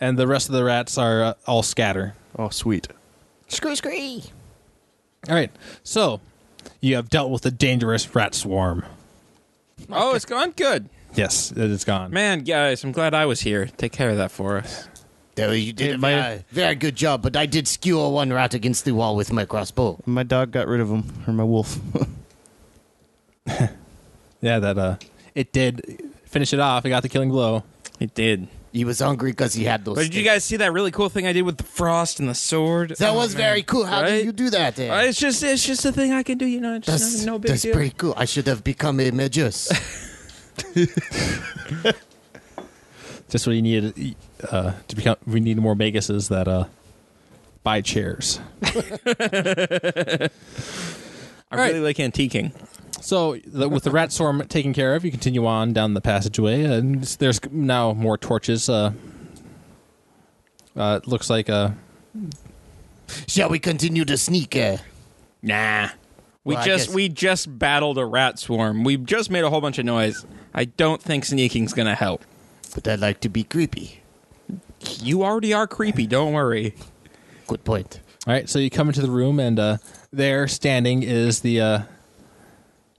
And the rest of the rats are uh, all scatter.
oh, sweet.
Screw, screw.
All right, so you have dealt with a dangerous rat swarm.
Oh, it's gone good.
Yes, it is gone.
Man, guys, I'm glad I was here. Take care of that for us.
Though you did a
might-
very, very good job, but I did skewer one rat against the wall with my crossbow.
My dog got rid of him, or my wolf. [laughs]
Yeah, that uh, it did finish it off. It got the killing blow.
It did.
He was hungry because he had those.
But did you
sticks.
guys see that really cool thing I did with the frost and the sword?
That
Oh,
was
man.
very cool. How
Right?
did you do that? There?
Uh, It's just it's just a thing I can do, you know. It's just
that's
no, no big
that's
deal.
pretty cool. I should have become a
[laughs]
magus.
Just what you needed uh, to become. We need more Vegases that uh, buy chairs.
I
All
really like antiquing.
So, the, with the rat swarm taken care of, you continue on down the passageway, and there's now more torches. Uh, uh, it looks like uh,
Shall we continue to sneak? Uh,
Nah. We
Well, I
just
guess-
we just battled a rat swarm. We just made a whole bunch of noise. I don't think sneaking's gonna help.
but I like to be creepy.
You already are creepy. Don't worry.
Good point.
All right, so you come into the room, and uh, there, standing, is the uh,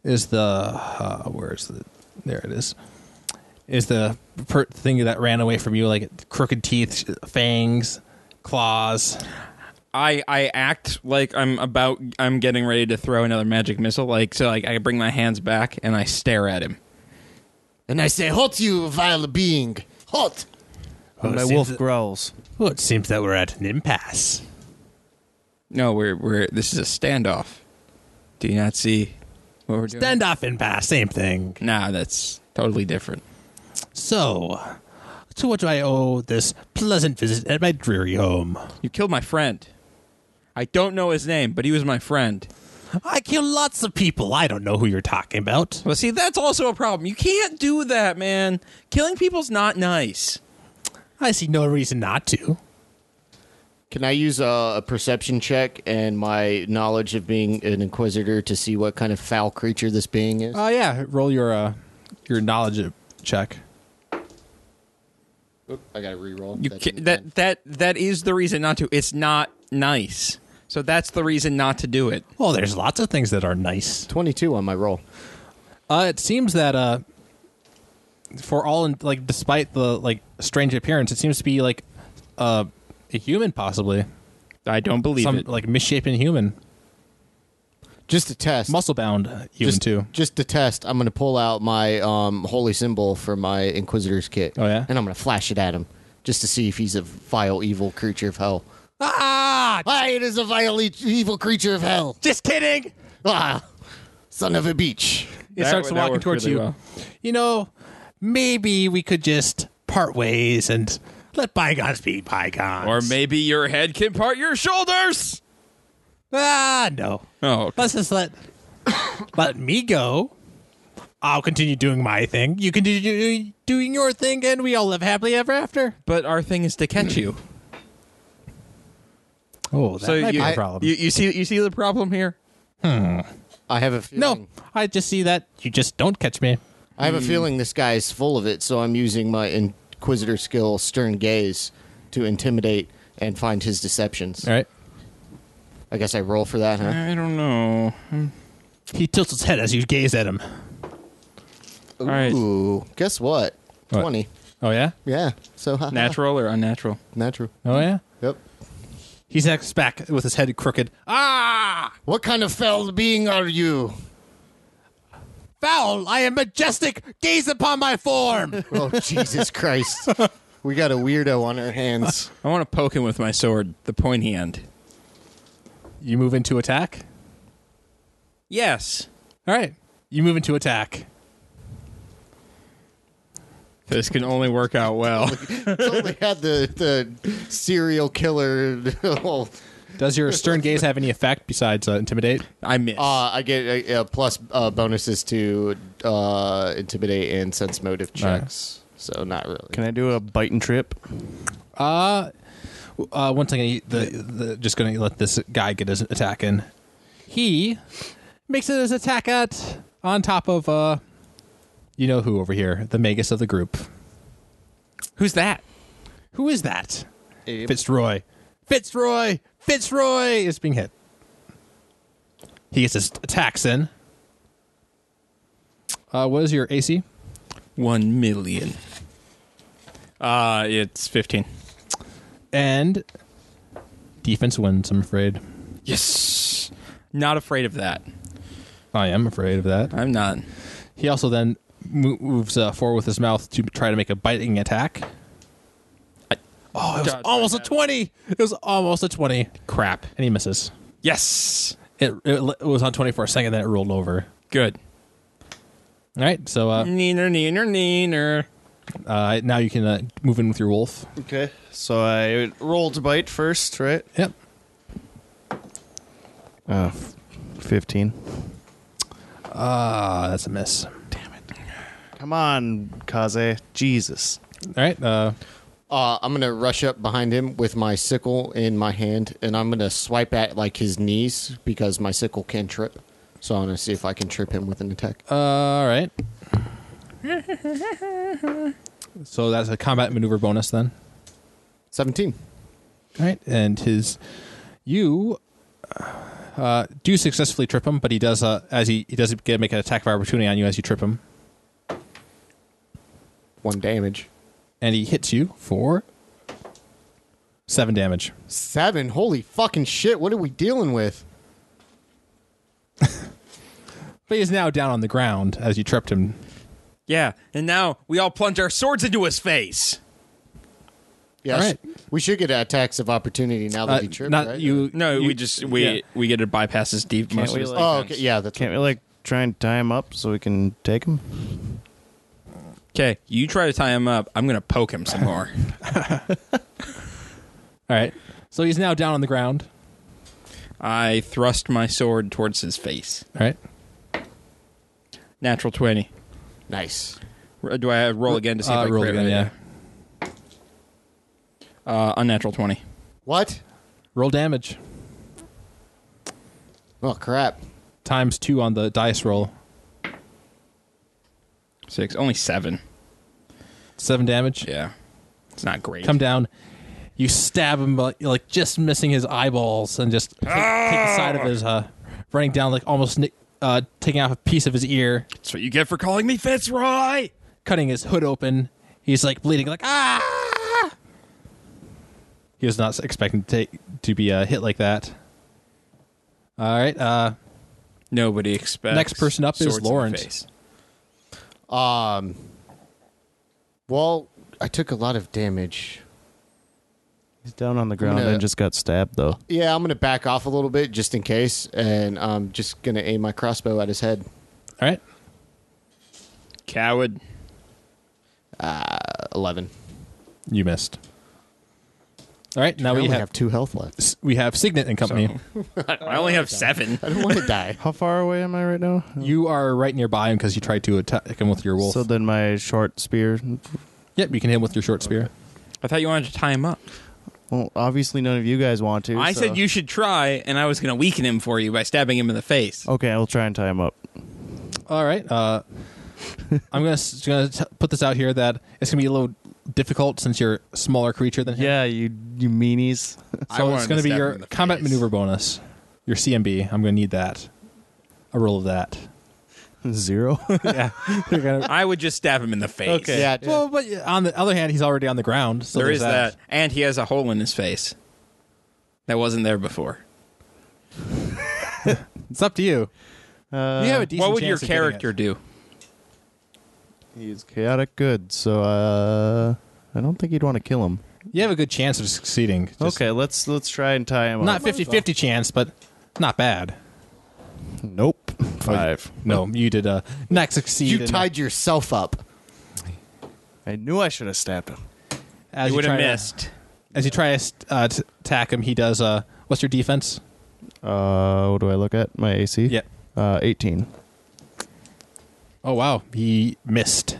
is the uh, where is the there it is is the per- thing that ran away from you, like crooked teeth, fangs, claws.
I I act like I'm about I'm getting ready to throw another magic missile. Like so, like I bring my hands back and I stare at him.
And I say, "Hot, you vile being! Hot!"
my
seems
wolf
that-
growls.
Well, it seems that we're at an impasse.
No, we're we're this is a standoff. Do you not see what we're doing?
Standoff impasse, same thing.
Nah, that's totally different.
So, to what do I owe this pleasant visit at my dreary home?
You killed my friend. I don't know his name, but he was my friend.
I kill lots of people. I don't know who you're talking about.
Well, see, that's also a problem. You can't do that, man. Killing people's not nice.
I see no reason not to.
Can I use a, a perception check and my knowledge of being an inquisitor to see what kind of foul creature this being is?
Oh yeah, roll your uh, your knowledge check.
Oop, I got to reroll.
You
That
ca-
didn't
that
count.
that that is the reason not to. It's not nice. So that's the reason not to do it.
Well, there's lots of things that are nice.
twenty-two on my roll.
Uh, it seems that uh, for all in, like, despite the like strange appearance, it seems to be like uh, a human, possibly
I don't believe
some
it.
like misshapen human,
Just to test.
muscle bound human
just,
too.
Just to test, I'm going to pull out my um, holy symbol for my inquisitor's kit.
Oh, yeah?
and I'm going to flash it at him just to see if he's a vile, evil creature of hell.
Ah,
Ah, it is a vile, e- evil creature of hell.
just kidding.
Ah, son of a beach.
It
That
starts
wo- that
walking
worked
towards
really
you.
well.
You know, maybe we could just part ways and let bygones be bygones.
Or maybe your head can part your shoulders.
ah, no.
Oh, okay.
Let's just let [coughs] let me go. I'll continue doing my thing. You continue do- doing your thing, and we all live happily ever after.
but our thing is to catch you.
Oh, that
so
might
you,
be
I-
a problem.
you you see you see the problem here.
I have a feeling.
no, I just see that you just don't catch me.
I have a feeling this guy is full of it, so I'm using my inquisitor skill, stern gaze, to intimidate and find his deceptions.
All right.
I guess I roll for that, huh?
I don't know.
He tilts his head as you gaze at him.
All right.
Ooh, guess what?
What?
Twenty.
Oh yeah.
Yeah. So ha- ha.
Natural or unnatural?
Natural.
Oh yeah.
Yep.
He sacks back with his head crooked. Ah!
What kind of fell being are you?
Foul! I am majestic. Gaze upon my form.
Oh [laughs] Jesus Christ! We got a weirdo on our
[laughs]
hands.
I want to poke him with my sword, the pointy end.
[laughs] you move into attack.
Yes.
All right. You move into attack.
This can only work out well.
It's only had the the serial killer. [laughs] uh,
Does your stern gaze have any effect besides uh, intimidate?
I miss.
I get uh, uh, plus uh, bonuses to uh, intimidate and sense motive checks. So not really.
Can I do a bite and trip?
Uh, one second. The, the just going to let this guy get his attack in. He makes it his attack at on top of uh, you know who over here, the magus of the group.
Who's that?
Who is that?
Abe.
Fitzroy. Fitzroy. Fitzroy is being hit. He gets his attacks in. Uh, what is your AC?
One million. Uh, it's 15.
And defense wins. I'm afraid.
Yes. Not afraid of that.
I am afraid of that.
I'm not.
He also then mo- moves uh, forward with his mouth to try to make a biting attack. oh, it was
Dodge
almost a
right
twenty. It was almost a twenty,
Crap.
and he misses.
Yes.
It, it, l- it was on twenty for a second, then it rolled over.
Good.
All right, so uh,
Neener, neener, neener.
uh, now you can uh, move in with your wolf.
Okay. So I roll to bite first, right?
Yep.
Uh, f- 15.
Ah, that's a miss.
Come on, Kaze. Jesus.
All right. Uh,
Uh, I'm gonna rush up behind him with my sickle in my hand, and I'm gonna swipe at like his knees because my sickle can trip. So I'm gonna see if I can trip him with an attack.
uh, all right. so that's a combat maneuver bonus then.
Seventeen.
All right, and his you uh, do successfully trip him, but he does uh, as he he does get make an attack of opportunity on you as you trip him,
One damage.
and he hits you for seven damage.
Seven. Holy fucking shit! What are we dealing with?
But he is now down on the ground as you tripped him.
Yeah. And now we all plunge our swords into his face.
Yes.
All right.
We should get attacks of opportunity now that
Uh,
he tripped.
not
right?
you.
No,
you-
we just we
yeah.
we get to bypass his deep
Can't
muscles.
we, like-
Oh, okay. Yeah, that's
Can't we, like, try and tie him up so we can take him?
Okay, you try to tie him up. I'm gonna poke him
[laughs]
some more.
All right, so he's now down on the ground.
I thrust my sword towards his face.
All right,
Natural twenty.
nice.
R- Do I roll again to see
Uh,
if I
roll
crit
again.
right?
Yeah,
Uh, unnatural twenty.
What?
roll damage
Oh crap!
times two on the dice roll.
Six. Only seven.
Seven damage.
Yeah, it's not great.
come down. You stab him, like, like just missing his eyeballs, and just take, take the side of his, uh, running down, like almost nick, uh, taking off a piece of his ear,
That's what you get for calling me Fitzroy.
cutting his hood open. He's like bleeding, like ah. He was not expecting to take, to be uh, hit like that. All right, uh,
Nobody expects.
Next person up is
swords in the
Lawrence.
face.
Um, Well, I took a lot of damage.
He's down on the ground
gonna-
and just got stabbed, though.
Yeah, I'm gonna back off a little bit just in case, and I'm just gonna aim my crossbow at his head.
all right. [laughs]
Coward.
Eleven.
You missed. All right, now
I
we
only
have,
have two
[laughs]
health left.
s- we have Signet and company.
I only
[laughs]
have seven.
I don't want to die.
How far away am I right now?
You are right nearby him because you tried to attack him with your wolf.
So then my short spear.
yep, you can hit him with your short spear.
I thought you wanted to tie him up.
Well, obviously none of you guys want to.
I
so-
said you should try, and I was going to weaken him for you by stabbing him in the face.
Okay, I'll try and tie him up.
All right. Uh, I'm gonna s- gonna t- put this out here that it's gonna be a little difficult since you're a smaller creature than him.
Yeah, you you meanies. [laughs]
I
So
wanted
it's
to
gonna be
stab
your
him in the
combat
face.
maneuver bonus, your CMB. I'm gonna need that. A roll of that.
Zero.
yeah. You're gonna-
I would just stab him in the face.
okay.
[laughs] Yeah.
[laughs] Well, but on the other hand, he's already on the ground. So
there
there's
is that. and he has a hole in his face that wasn't there before.
It's up to you.
Uh,
you have a decent
what would your
chance of getting
character
it.
do?
he's chaotic good, so uh, I don't think you'd want to kill him.
You have a good chance of succeeding. Just
okay, let's let's try and tie him
Not
up.
50-50 chance, but not bad.
Nope. Five.
No, you did uh, not succeed.
You
in-
tied yourself up.
I knew I should have stabbed him.
As
He would have
try to-
missed.
As you try to uh, t- attack him, he does. Uh, what's your defense?
Uh, what do I look at? My AC.
Yeah.
Uh, eighteen.
Oh wow, he missed.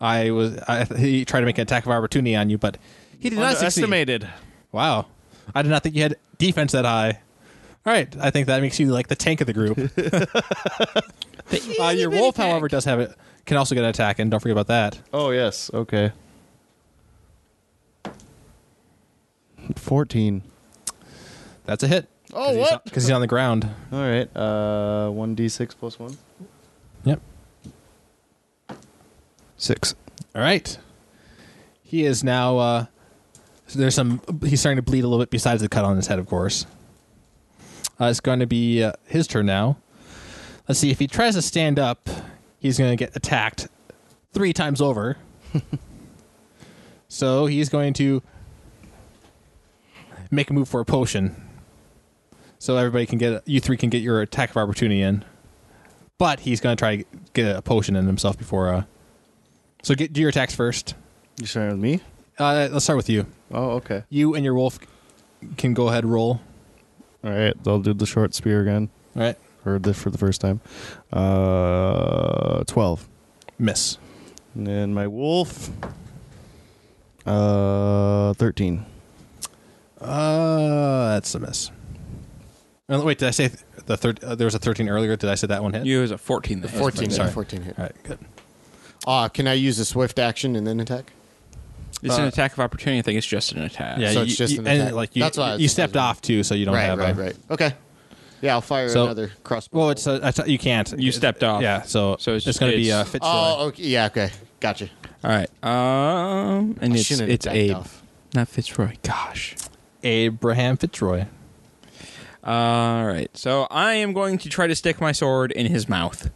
I was. I, he tried to make an attack of opportunity on you, but he did not succeed.
Underestimated.
Wow, I did not think you had defense that high. All right, I think that makes you like the tank of the
[laughs]
group. uh, your wolf, however, does have it. Can also get an attack, and don't forget about that.
Oh yes. Okay. Fourteen.
That's a hit.
Oh, what?
Because he's on the ground.
All right. Uh, one d six plus one.
Yep.
Six.
All right. He is now. Uh, there's some. He's starting to bleed a little bit. Besides the cut on his head, of course. Uh, it's going to be uh, his turn now. Let's see if he tries to stand up. He's going to get attacked three times over. [laughs] so he's going to make a move for a potion. So everybody can get you three can get your attack of opportunity in. But he's going to try to get a potion in himself before uh, so get do your attacks first.
You starting with me?
Uh, let's start with you.
Oh, okay.
You and your wolf can go ahead roll.
All right. I'll do the short spear again.
All right,
Heard this for the first time. Uh, twelve.
miss.
And then my wolf. Uh, thirteen.
Uh, that's a miss. Oh, wait, did I say th- the third? Uh, there was a thirteen earlier. Did I say that one hit?
You was a 14 then.
14
Sorry.
hit. 14 hit.
All right, good.
Uh, can I use a swift action and then attack?
It's an
Uh,
attack of opportunity. I think it's just an attack.
Yeah,
So
you,
it's just
you-
an
and
attack.
like you,
That's what I was-
you stepped off too, so you don't
Right,
have
right,
a,
right. Okay. Yeah, I'll fire
So-
another crossbow.
Well, it's a, atta- you can't.
You stepped off.
Yeah, so
So it's-
it's, going to be
it's-
uh, Fitzroy.
Oh, okay. Yeah, okay. Gotcha.
All right. Um, and
I
it's
shouldn't have
it's
backed
Abe,
off.
not Fitzroy. Gosh.
Abraham Fitzroy.
All right. So I am going to try to stick my sword in his mouth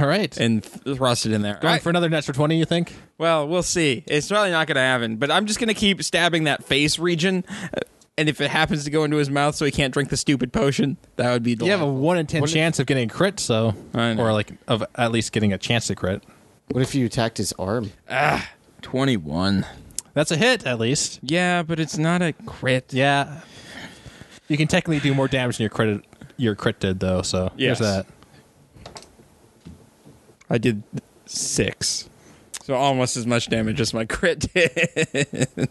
All right,
and th- thrust it in there.
going
I-
for another net for twenty. You think?
Well, we'll see. It's probably not going to happen, but I'm just going to keep stabbing that face region. uh, And if it happens to go into his mouth so he can't drink the stupid potion, that would be
You have a
delightful.
one in ten
What if-
chance of getting a crit, so
I know.
or like of at least getting a chance to crit.
What if you attacked his arm?
21.
That's a hit, at least.
Yeah, but it's not a crit.
Yeah. You can technically do more damage than your crit your crit did though, so
Yes.
there's that.
I did 6. So almost as much damage as my crit did.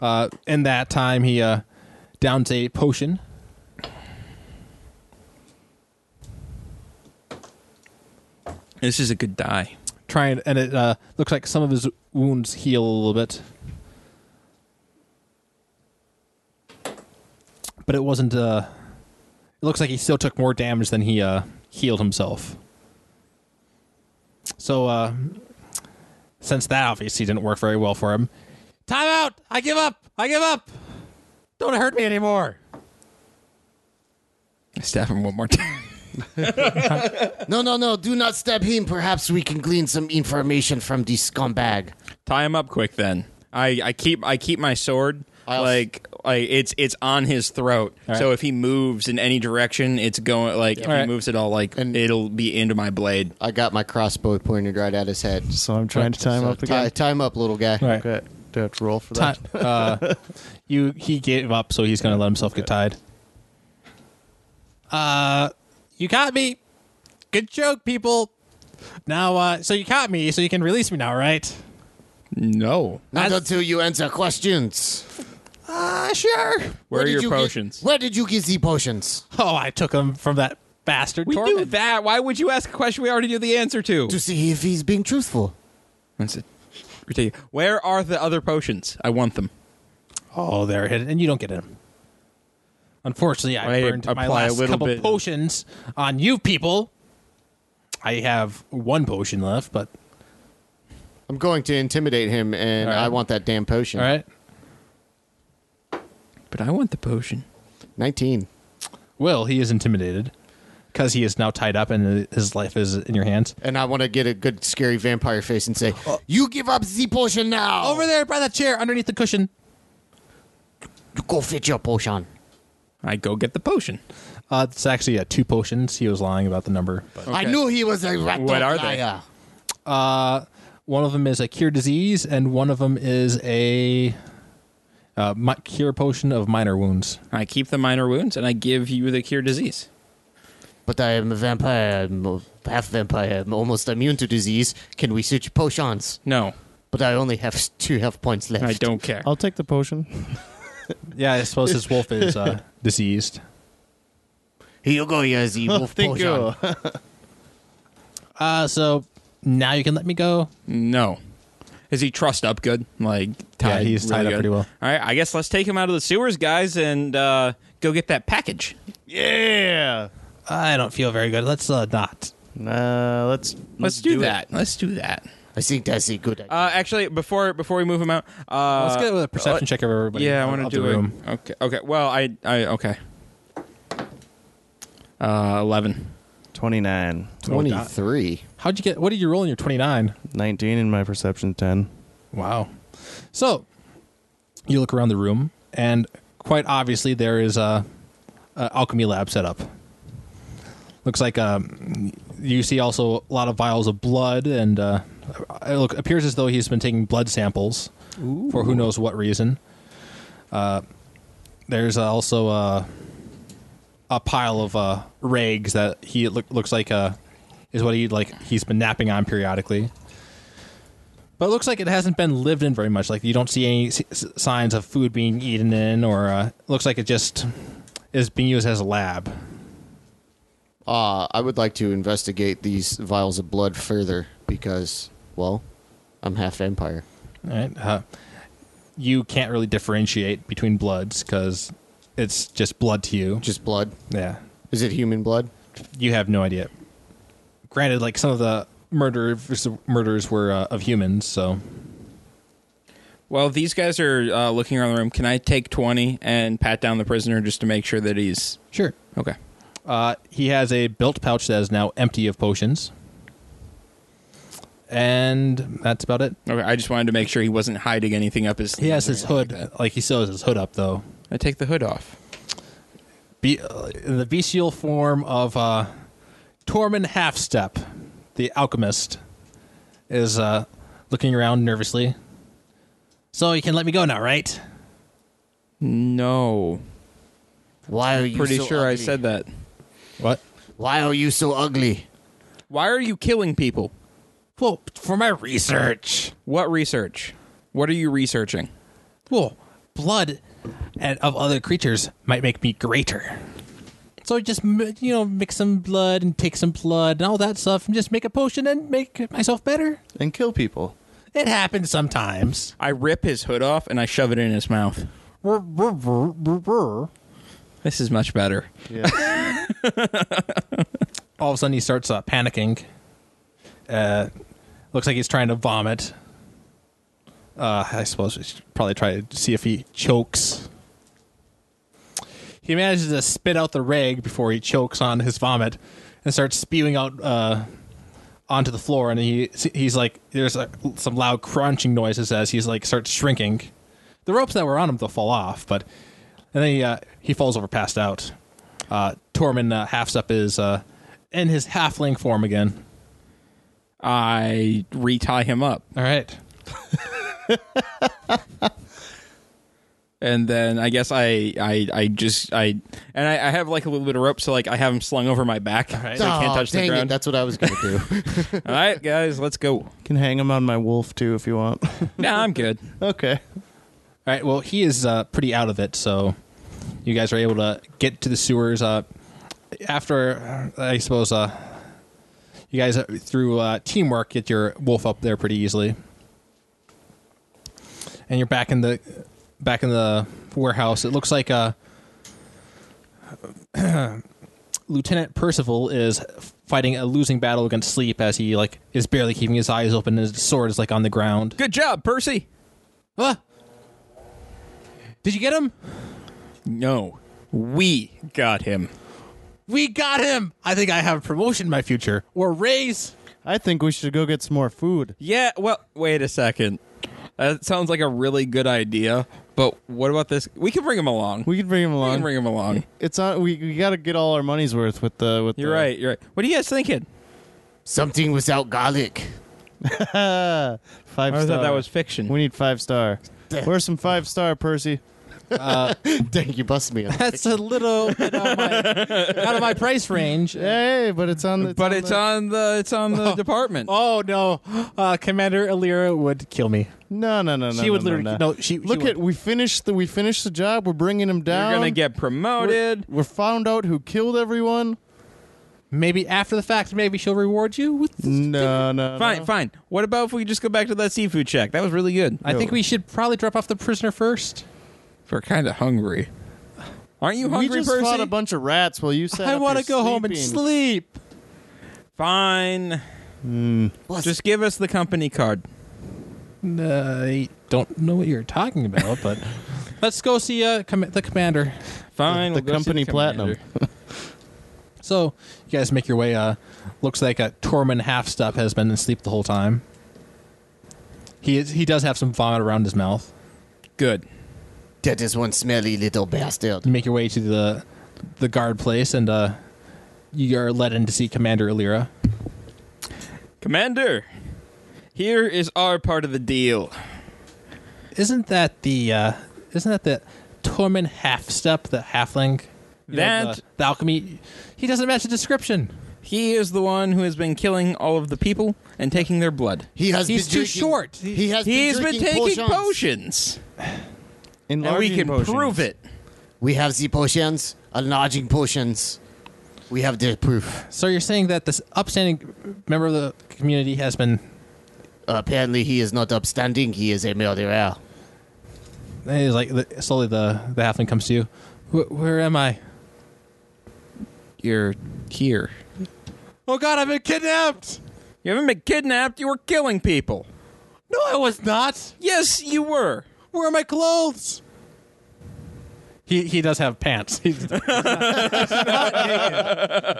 Uh in that time he uh downs a potion.
this is a good die.
Trying and it uh looks like some of his wounds heal a little bit. But it wasn't uh it looks like he still took more damage than he uh healed himself. So uh since that obviously didn't work very well for him. Time out! I give up! I give up! Don't hurt me anymore.
Stab him one more time.
No, no, no. Do not stab him. Perhaps we can glean some information from this scumbag.
Tie him up quick then. I, I keep I keep my sword
I'll-
like like it's it's on his throat.
All right.
So if he moves in any direction, it's going like if
All
he
right.
moves at all like
And-
it'll be into my blade.
I got my crossbow pointed right at his head.
So I'm trying to tie him
So
up
tie,
again.
tie him up, little guy.
Right.
Okay. Do I have to roll for
Ti-
that?
[laughs]
uh, you he gave up, so he's gonna let himself get tied. Uh, you caught me. Good joke, people. Now, uh, so you caught me, so you can release me now, right?
No.
Not until you answer questions.
Ah, sure.
Where, are
did
your
you get-
potions?
where did you get the potions?
Oh, I took him from that bastard.
we
Tormund.
knew that. Why would you ask a question we already knew the answer to?
To see if he's being truthful.
That's it. Ridiculous. Where are the other potions? I want them.
Oh, they're hidden, and you don't get him. Unfortunately, I,
I
burned my
apply a
last
little
couple
bit-
potions on you people. I have one potion left, but
I'm going to intimidate him, and
All right.
I want that damn potion.
all right.
But I want the potion.
19.
Will he is intimidated because he is now tied up and his life is in your hands.
And I want to get a good scary vampire face and say, Oh. You give up the potion now!
Over there by that chair, underneath the cushion.
You go fetch your potion.
I go get the potion.
Uh, it's actually uh, two potions. He was lying about the number. But.
I
Okay.
knew he was a rat
What are they?
liar.
One of them is a cure disease, and one of them is a uh, mi- cure potion of minor wounds.
I keep the minor wounds and I give you the cure disease.
But I am a vampire. I'm half vampire. I'm almost immune to disease. Can we switch potions?
No,
But I only have s- two health points left.
I don't care.
I'll take the potion.
Yeah, I suppose his wolf is uh, [laughs] diseased.
Here you go, here's
[laughs]
the
[laughs]
wolf
Thank
potion.
you.
Uh, so now you can let me go.
No. Is he trussed up good? Like
Yeah,
tied
he's tied
really
up
good?
pretty well.
All right, I guess let's take him out of the sewers, guys, and uh, go get that package.
Yeah.
I don't feel very good. Let's uh, not.
[laughs] Nah, Uh, let's
Let's, do, that. Let's do that.
I think that's a good idea.
Uh, actually, before before we move him out, uh,
Let's get a perception
let-
check of everybody.
Yeah, I
of-
want to
of
do
the
it.
room.
Okay. Okay. Well, I I okay. Uh, Eleven.
Twenty nine.
23.
How'd you get? What did you roll in your twenty nine?
Nineteen in my perception ten.
Wow. So you look around the room, and quite obviously there is a, a alchemy lab set up. Looks like um, you see also a lot of vials of blood, and uh, it look appears as though he's been taking blood samples for who knows what reason. Uh, there's also a, a pile of uh, rags that he look, looks like uh, is what he like he's been napping on periodically. But it looks like it hasn't been lived in very much. Like you don't see any s- s- signs of food being eaten in, or uh, looks like it just is being used as a lab.
Uh, I would like to investigate these vials of blood further because, well, I'm half vampire.
All right? Uh, you can't really differentiate between bloods because it's just blood to you.
Just blood.
Yeah,
Is it human blood?
you have no idea. Granted, like some of the murderers, murders were uh, of humans, so
Well, these guys are uh, looking around the room. Can I take twenty and pat down the prisoner just to make sure that he's
sure.
okay?
Uh, he has a belt pouch that is now empty of potions, and that's about it.
Okay. I just wanted to make sure he wasn't hiding anything up his.
He has
or
his
anything like
hood, uh,
that.
like he still has his hood up though.
I take the hood off.
Be- uh, in the bestial form of uh, Tormund Halfstep, the alchemist, is uh, looking around nervously. So you can let me go now, right?
No.
Why are you
Pretty
so
sure I
ugly?
said that.
What?
Why are you so ugly?
Why are you killing people?
Well, for my research.
What research? What are you researching?
Well, blood and of other creatures might make me greater. So just m- you know, mix some blood and take some blood and all that stuff, and just make a potion and make myself better.
And kill people.
It happens sometimes.
I rip his hood off and I shove it in his mouth. This is much better.
all of a sudden he starts uh, panicking. Uh, looks like he's trying to vomit. Uh, I suppose we should probably try to see if he chokes. He manages to spit out the rag before he chokes on his vomit and starts spewing out uh, onto the floor. And he he's like, there's like some loud crunching noises as he's like starts shrinking. The ropes that were on him they'll fall off, but and then he uh, he falls over, passed out. Uh, Tormund uh, halfs up his uh, in his halfling form again.
I retie him up.
All right.
and then I guess I I, I just I and I, I have like a little bit of rope, so like I have him slung over my back, so I can't
Aw,
touch the
dang it,
ground.
that's what I was gonna do.
[laughs] All right, guys, let's go.
Can hang him on my wolf too if you want. [laughs]
Nah, I'm good.
okay.
All right. Well, he is uh, pretty out of it, so you guys are able to get to the sewers. Uh, after, uh, I suppose, uh, you guys uh, through uh, teamwork get your wolf up there pretty easily, and you're back in the back in the warehouse. It looks like uh, [clears throat] Lieutenant Percival is fighting a losing battle against sleep as he like is barely keeping his eyes open and his sword is like on the ground.
Good job, Percy.
Ah! Did you get him?
No, we got him.
We got him. I think I have a promotion in my future or raise.
I think we should go get some more food.
Yeah, well, wait a second. That sounds like a really good idea, but what about this? We can bring him along.
We could bring him
We can
along.
bring him along.
it's on. We, we got to get all our money's worth with the with.
You're
the-
right. You're right. What are you guys thinking?
Something without garlic.
Ah, five
I thought
star.
that was fiction.
We need five star. Where's some five star, Percy?
Dang, you busted me. Up.
That's a little bit out of my, out of my price range.
Hey, but it's on. the
but it's
the-
on the it's on the department.
Oh no, [gasps] uh, Commander Alira would kill me.
No, no, no, no.
she would
no, no,
literally
no.
no. she she
Look
would.
at we finished the we finished the job. We're bringing him
You're
down.
gonna get promoted.
We're found out who killed everyone.
maybe after the fact. Maybe she'll reward you with.
No, no.
Fine,
no.
fine. What about if we just go back to that seafood check? That was really good.
I think we should probably drop off the prisoner first.
We're kind of hungry. Aren't you
We
hungry,
just
Percy?
fought a bunch of rats while you sat.
I
want to
go home and sleep.
Fine. Just give us the company card.
I don't know what you're talking about, but [laughs] let's go see uh, com- the commander.
Fine.
The
we'll go see
company platinum.
commander.
So you guys make your way. Uh, looks like a Tormund half step has been asleep the whole time. He is, he does have some vomit around his mouth.
Good.
That is one smelly little bastard.
You make your way to the the guard place, and uh, you are led in to see Commander Illyra.
Commander, here is our part of the deal.
Isn't that the uh, isn't that the Tormund half step, the halfling? You know,
That-
the, the alchemy. He doesn't match the description.
He is the one who has been killing all of the people and taking their blood.
He has
He's
been
too
drinking-
short.
He has
He's
been,
been
drinking
taking potions, and we
Enlarging
can
potions.
prove it.
We have the potions, enlarging potions. We have the proof.
So you're saying that this upstanding member of the community has been
apparently, he is not upstanding. He is a murderer.
And he's like the, slowly the the halfling comes to you. Wh- where am I?
You're here.
Oh God, I've been kidnapped.
You haven't been kidnapped. You were killing people.
No, I was not.
Yes, you were.
Where are my clothes? He he does have
[laughs]
pants. He's he's not, naked.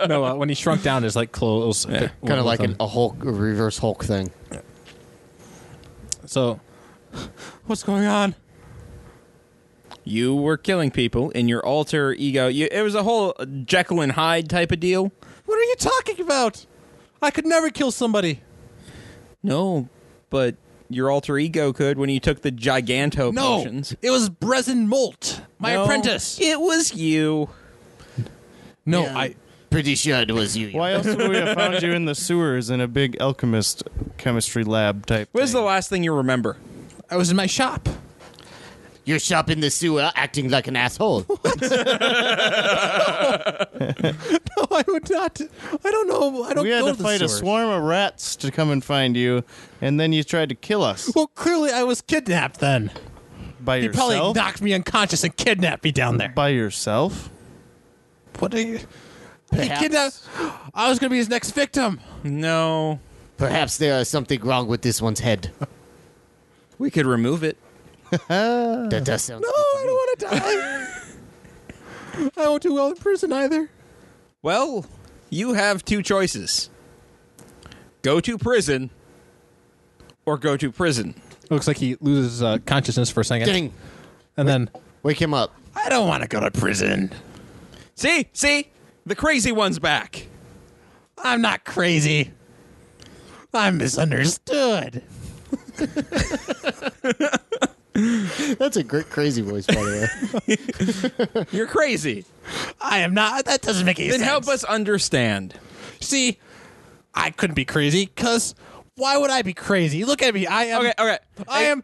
No, uh, when he shrunk down, his like clothes
Kind of like an, a Hulk, a reverse Hulk thing.
so. What's going on?
You were killing people in your alter ego. You, it was a whole Jekyll and Hyde type of deal.
What are you talking about? I could never kill somebody.
No, but your alter ego could when you took the giganto
No,
potions.
it was Bresen Molt, my
No,
apprentice.
It was you.
No,
Yeah.
I
Pretty sure it was you.
Why else would we have found you in the sewers in a big alchemist chemistry lab type?
What is the
thing?
last thing you remember?
I was in my shop.
You're shop in the sewer, acting like an [laughs] asshole.
[laughs] No, I would not. I don't know. I don't.
we
go
had to
the
fight a
sewers.
swarm of rats to come and find you, and then you tried to kill us
Well, clearly I was kidnapped then.
by
He
yourself.
probably knocked me unconscious and kidnapped me down there.
by yourself.
What are you?
Perhaps.
He kidnapped. I was gonna be his next victim.
No.
Perhaps there is something wrong with this one's head.
We could remove it.
That does [laughs] sound.
No, I don't want to die. [laughs] I won't do well in prison either.
Well, you have two choices go to prison or go to prison.
Looks like he loses uh, consciousness for a second,
Dang.
and then
Wake him up.
I don't want to go to prison.
See? See? The crazy one's back.
I'm not crazy. I'm misunderstood.
That's a great crazy voice, by [laughs] the way.
You're crazy.
I am not. That doesn't make any
Then
sense.
help us understand.
See, I couldn't be crazy because why would I be crazy? Look at me. I am.
Okay, okay.
I am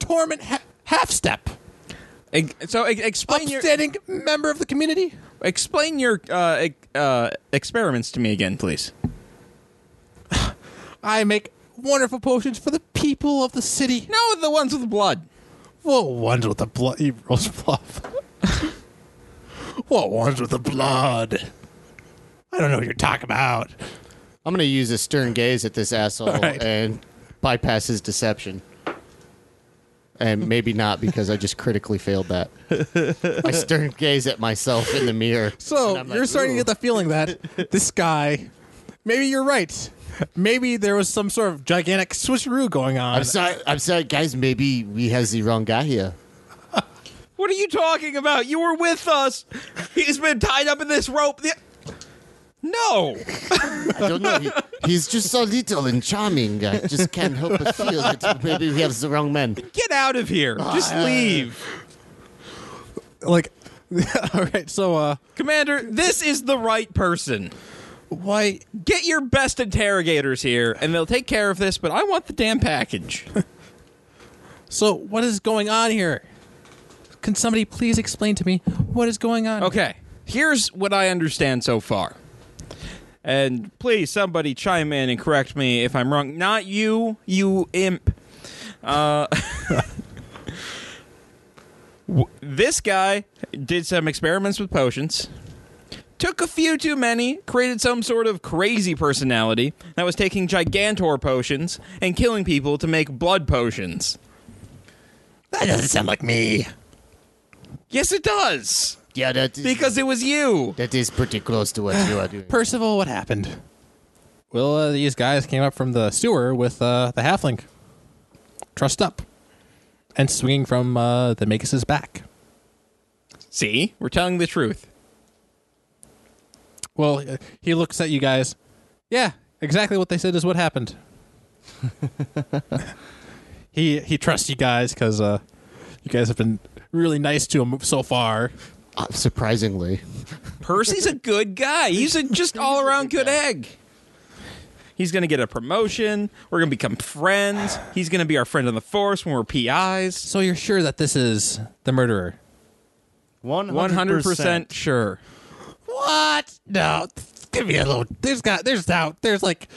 torment ha- half step,
Ex- So ex- explain your
upstanding member of the community.
explain your uh, ex- uh, experiments to me again, please. [laughs]
I make wonderful potions for the people of the city.
No, the ones with blood.
Whoa, ones with the blood. He rolls bluff. what ones with the blood? I don't know what you're talking about.
I'm going to use a stern gaze at this asshole
right.
and bypass his deception. And maybe not because I just critically failed that. I stern gaze at myself in the mirror.
So
and I'm like,
you're starting
"Ooh."
to get the feeling
[laughs]
that this guy, maybe you're right. Maybe there was some sort of gigantic switcheroo going on.
I'm sorry, I'm sorry, guys. Maybe we has the wrong guy here.
What are you talking about? You were with us. He's been tied up in this rope. The- no.
I don't know. He, he's just so little and charming. I just can't help but feel that maybe we have the wrong man.
Get out of here. Just leave.
like, [laughs] all right. So, uh,
Commander, this is the right person.
why?
Get your best interrogators here, and they'll take care of this, but I want the damn package.
So, what is going on here? Can somebody please explain to me what is going on?
Okay, here's what I understand so far. And please, somebody chime in and correct me if I'm wrong. Not you, you imp. Uh, [laughs] w- this guy did some experiments with potions, took a few too many, created some sort of crazy personality that was taking Gigantor potions and killing people to make blood potions.
That doesn't sound like me.
Yes, it does!
Yeah, that is,
Because it was you!
that is pretty close to what you are doing.
Percival, what happened? Well, uh, these guys came up from the sewer with uh, the halfling, trussed up, and swinging from uh, the Magus's back.
See? We're telling the truth.
Well, uh, he looks at you guys. Yeah, exactly what they said is what happened. [laughs] he he trusts you guys because uh, you guys have been really nice to him so far.
Uh, surprisingly,
Percy's a good guy. [laughs] He's a just all around good egg. He's going to get a promotion. We're going to become friends. He's going to be our friend on the force when we're PIs.
So you're sure that this is the murderer?
100% sure.
What? No, give me a little. There's got there's doubt. There's like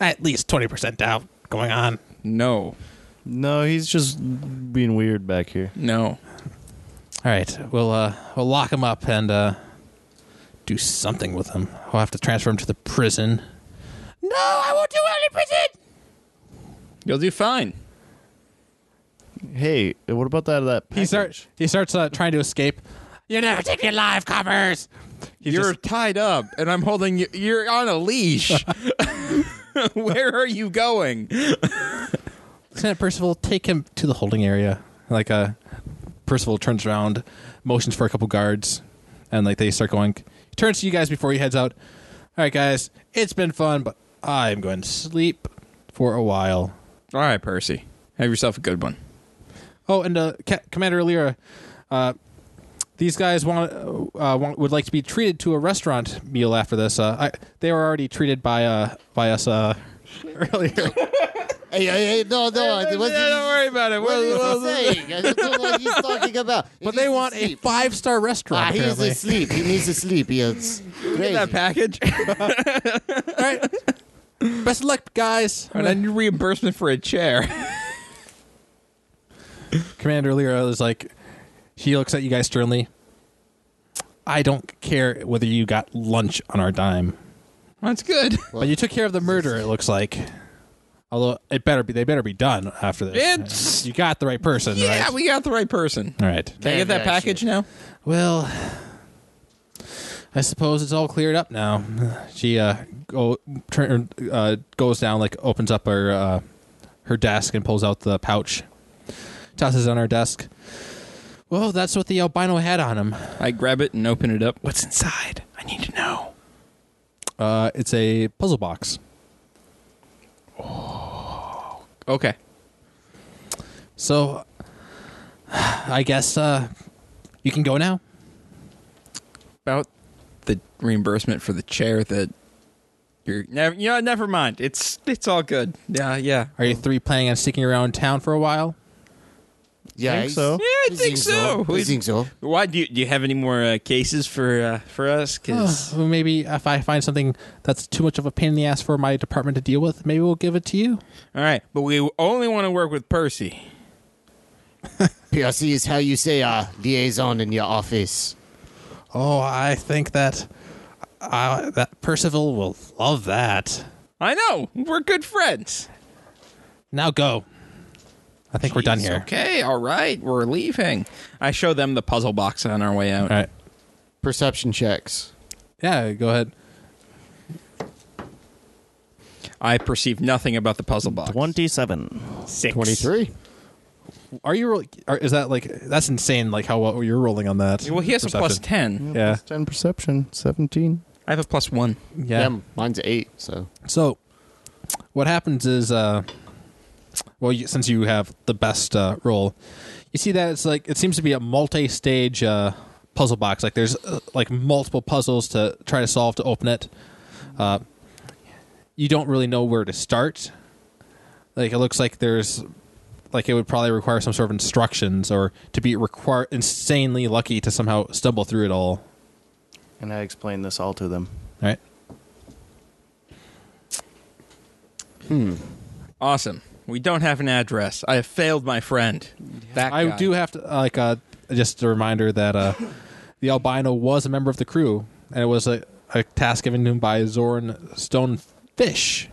at least twenty percent doubt going on.
No.
No, he's just being weird back here.
No.
All right, we'll uh, we'll lock him up and uh, do something with him. I'll have to transfer him to the prison. No, I won't do any prison.
You'll do fine.
Hey, what about that? That
He starts. He starts uh, trying to escape. You never take me alive, coppers. He's
you're
just-
tied up and I'm holding you you're on a [laughs] leash. Where are you going?
Lieutenant Percival, take him to the holding area. Like uh, Percival turns around, motions for a couple guards, and like they start going. He turns to you guys before he heads out. All right, guys, it's been fun, but I am going to sleep for a while.
All right, Percy. Have yourself a good one.
Oh, and uh, Ca- Commander Alira, uh, these guys want, uh, want would like to be treated to a restaurant meal after this. Uh, I, they were already treated by uh, by us uh, [laughs] earlier.
hey, hey, hey, no, no, it
[laughs] Yeah, don't
wasn't.
worry about it.
What
Well, [laughs] well,
is he saying? I don't know what he's talking about.
[laughs] but they want a five star restaurant.
Ah, he's
apparently.
asleep. He needs to sleep.
[laughs]
He is
get that
crazy.
[laughs] package.
All right. Best of luck, guys.
and I need reimbursement for a chair.
Commander Alira is like, she looks at you guys sternly. I don't care whether you got lunch on our dime.
That's good.
But you took care of the murder, it looks like. Although it better be, they better be done after this.
It's-
you got the right person,
Yeah,
right?
we got the right person.
All right.
Can I get
Yeah,
that package now?
Well, I suppose it's all cleared up now. She uh, go turn uh, goes down, like opens up her uh, her desk and pulls out the pouch, tosses it on her desk. Well, that's what the albino had on him.
I grab it and open it up. What's inside? I need to know.
Uh, it's a puzzle box.
Okay.
So I guess uh, you can go now.
About the reimbursement for the chair that you're never. You know, never mind. It's it's all good. Yeah, yeah.
Are you three planning on sticking around town for a while?
Yeah,
Think so.
Yeah, I think so.
I think so.
Why do you, do you have any more uh, cases for uh, for us? Because
Ah, Well, maybe if I find something that's too much of a pain in the ass for my department to deal with, maybe we'll give it to you.
all right, but we only want to work with Percy.
PRC is how you say uh, liaison in your office.
Oh, I think that uh, that Percival will love that.
I know we're good friends.
Now go. I think we're done
Jeez,
here.
Okay, all right, we're leaving. I show them the puzzle box on our way out.
All right.
Perception checks.
Yeah, go ahead.
I perceive nothing about the puzzle box.
27.
Six.
23.
Are you? roll- Are, is that like that's insane? Like how well you're rolling on that?
Well, he has a plus
perception.
ten.
Yeah.
10 perception. 17.
I have a plus one.
Yeah.
Yeah, mine's 8, so.
So, what happens is, uh, well, you, since you have the best uh, roll, you see that it's like it seems to be a multi-stage uh, puzzle box. Like there's uh, like multiple puzzles to try to solve to open it. Uh, you don't really know where to start. Like it looks like there's like it would probably require some sort of instructions or to be require insanely lucky to somehow stumble through it all.
And I explained this all to them.
Right?
Awesome. We don't have an address. I have failed my friend. That
I
guy.
do have to like uh, just a reminder that uh, the albino was a member of the crew, and it was a, a task given to him by Zorn Stonefish.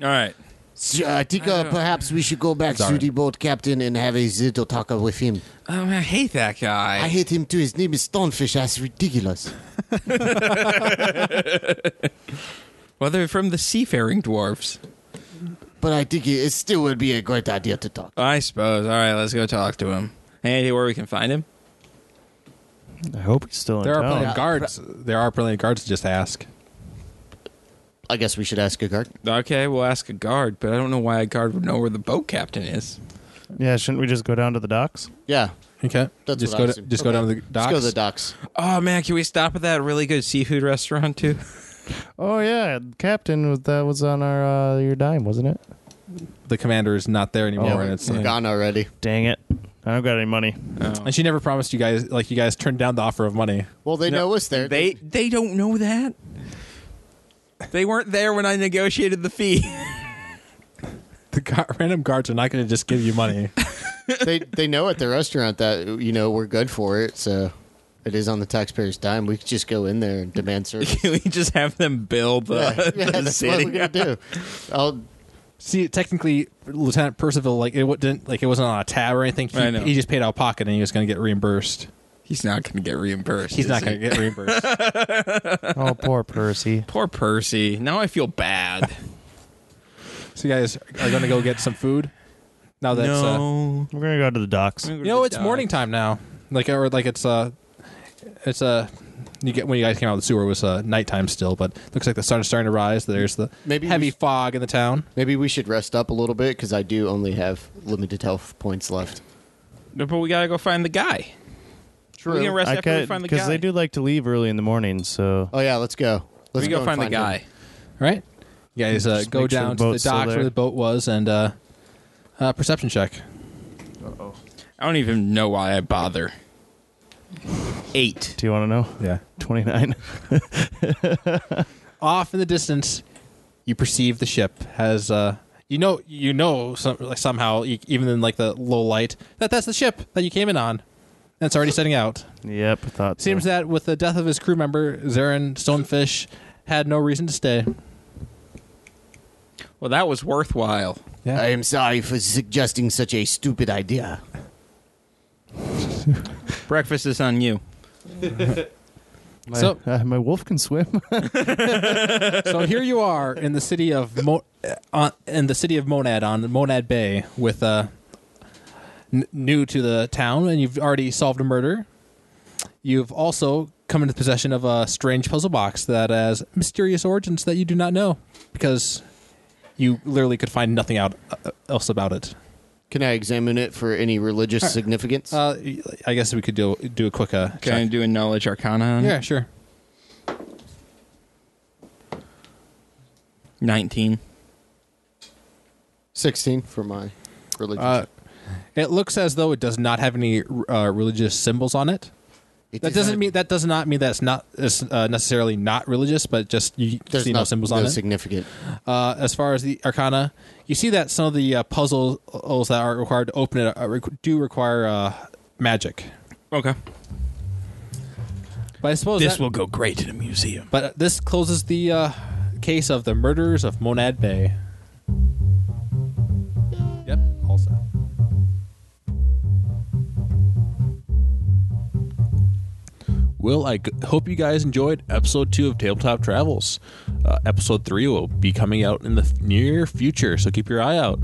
All right.
I think uh, perhaps we should go back
Sorry.
to the boat captain and have a little talk with him.
Oh, I hate that guy.
I hate him too. His name is Stonefish. That's ridiculous.
well, they're from the seafaring dwarves.
But I think it, it still would be a great idea to talk.
I suppose. All right, let's go talk to him. Any idea where we can find him?
I hope he's
Oh,
still in
There are
town.
plenty of guards. There are plenty of guards to just ask.
I guess we should ask a guard.
Okay, we'll ask a guard, but I don't know why a guard would know where the boat captain is.
Yeah, shouldn't we just go down to the docks?
Yeah,
Okay,
that's
just
what
go
I
to,
assume.
just go
Okay.
down to the docks.
Let's go to the docks.
Oh man, can we stop at that really good seafood
[laughs]
restaurant too?
Oh yeah, Captain was that was on our uh, your dime, wasn't it?
The commander is not there anymore,
Yeah,
and it's uh,
Gone already.
Dang it. I don't got any money.
and she never promised you guys like you guys turned down the offer of money.
Well, they know us there.
They they don't know that. They weren't there when I negotiated the fee. [laughs]
The gu- [laughs] random guards are not going to just give you
[laughs]
money.
they they know at the restaurant that you know we're good for it, so it is on the taxpayer's dime. We could just go in there and demand
[laughs]
service.
Can we just have them build [laughs] the,
yeah,
the
that's what
city?
we're gonna do. I'll,
See, technically, Lieutenant Percival like it wa- didn't like it wasn't on a tab or anything. He,
I know.
he just paid out of pocket, and he was going to get reimbursed.
He's not going to get reimbursed.
He's
is
not
he?
going to get reimbursed.
[laughs] Oh, poor Percy.
Poor Percy. Now I feel bad.
[laughs] so you guys are going to go get some food. Now [laughs] that's uh,
We're gonna go to the docks.
you know it's morning time now. Like or like it's uh it's uh you get when you guys came out of the sewer it was uh nighttime still, but looks like the sun is starting to rise. There's the
Maybe we
heavy
sh-
fog in the town.
maybe we should rest up a little bit because I do only have limited health points left.
No, But we got to go find the guy.
True.
We can rest
I
after we
could
find the
because
guy.
they do like to leave early in the morning. So
Oh yeah, let's go. Let's
we go
and
find, the guy.
him.
All right? You guys uh,
Just
go
make sure the
down to the
boat's still
docks where
there.
the boat was and uh, uh perception check.
I don't even know why I bother. Eight.
do you want to know? [laughs]
Yeah.
Twenty nine.
off in the distance, you perceive the ship has. Uh, you know, you know, some, like somehow, e- even in like the low light, that that's the ship that you came in on, and it's already setting out.
[laughs] yep, I thought so.
Seems that with the death of his crew member, Zarin Stonefish had no reason to stay.
Well, that was worthwhile.
Yeah.
I am sorry for suggesting such a stupid idea.
Breakfast is on you.
my,
so-
uh, [laughs] my wolf can swim.
so here you are in the city of Mo- uh, on, in the city of Monad on Monad Bay with uh, n- new to the town, and you've already solved a murder. You've also come into possession of a strange puzzle box that has mysterious origins that you do not know because you literally could find nothing out uh, else about it.
Can I examine it for any religious significance?
Uh, I guess we could do do a quick uh,
Can I
check.
do a knowledge arcana? on it?
Yeah, sure.
19.
16 for my religion.
Uh, it looks as though it does not have any uh, religious symbols on it.
It
That
is
doesn't
not-
mean that does not mean that's not it's, uh, necessarily not religious, but just you
there's
see no,
not-
symbols
no
on it.
significant.
Uh, as far as the arcana, you see that some of the uh, puzzles that are required to open it are, do require uh, magic.
Okay.
But I suppose that-
go great in a museum.
But this closes the uh, case of the murders of Monad Bay. Yep, also.
Well, I g- hope you guys enjoyed episode two of Tabletop Travels. Uh, episode three will be coming out in the f- near future, so keep your eye out.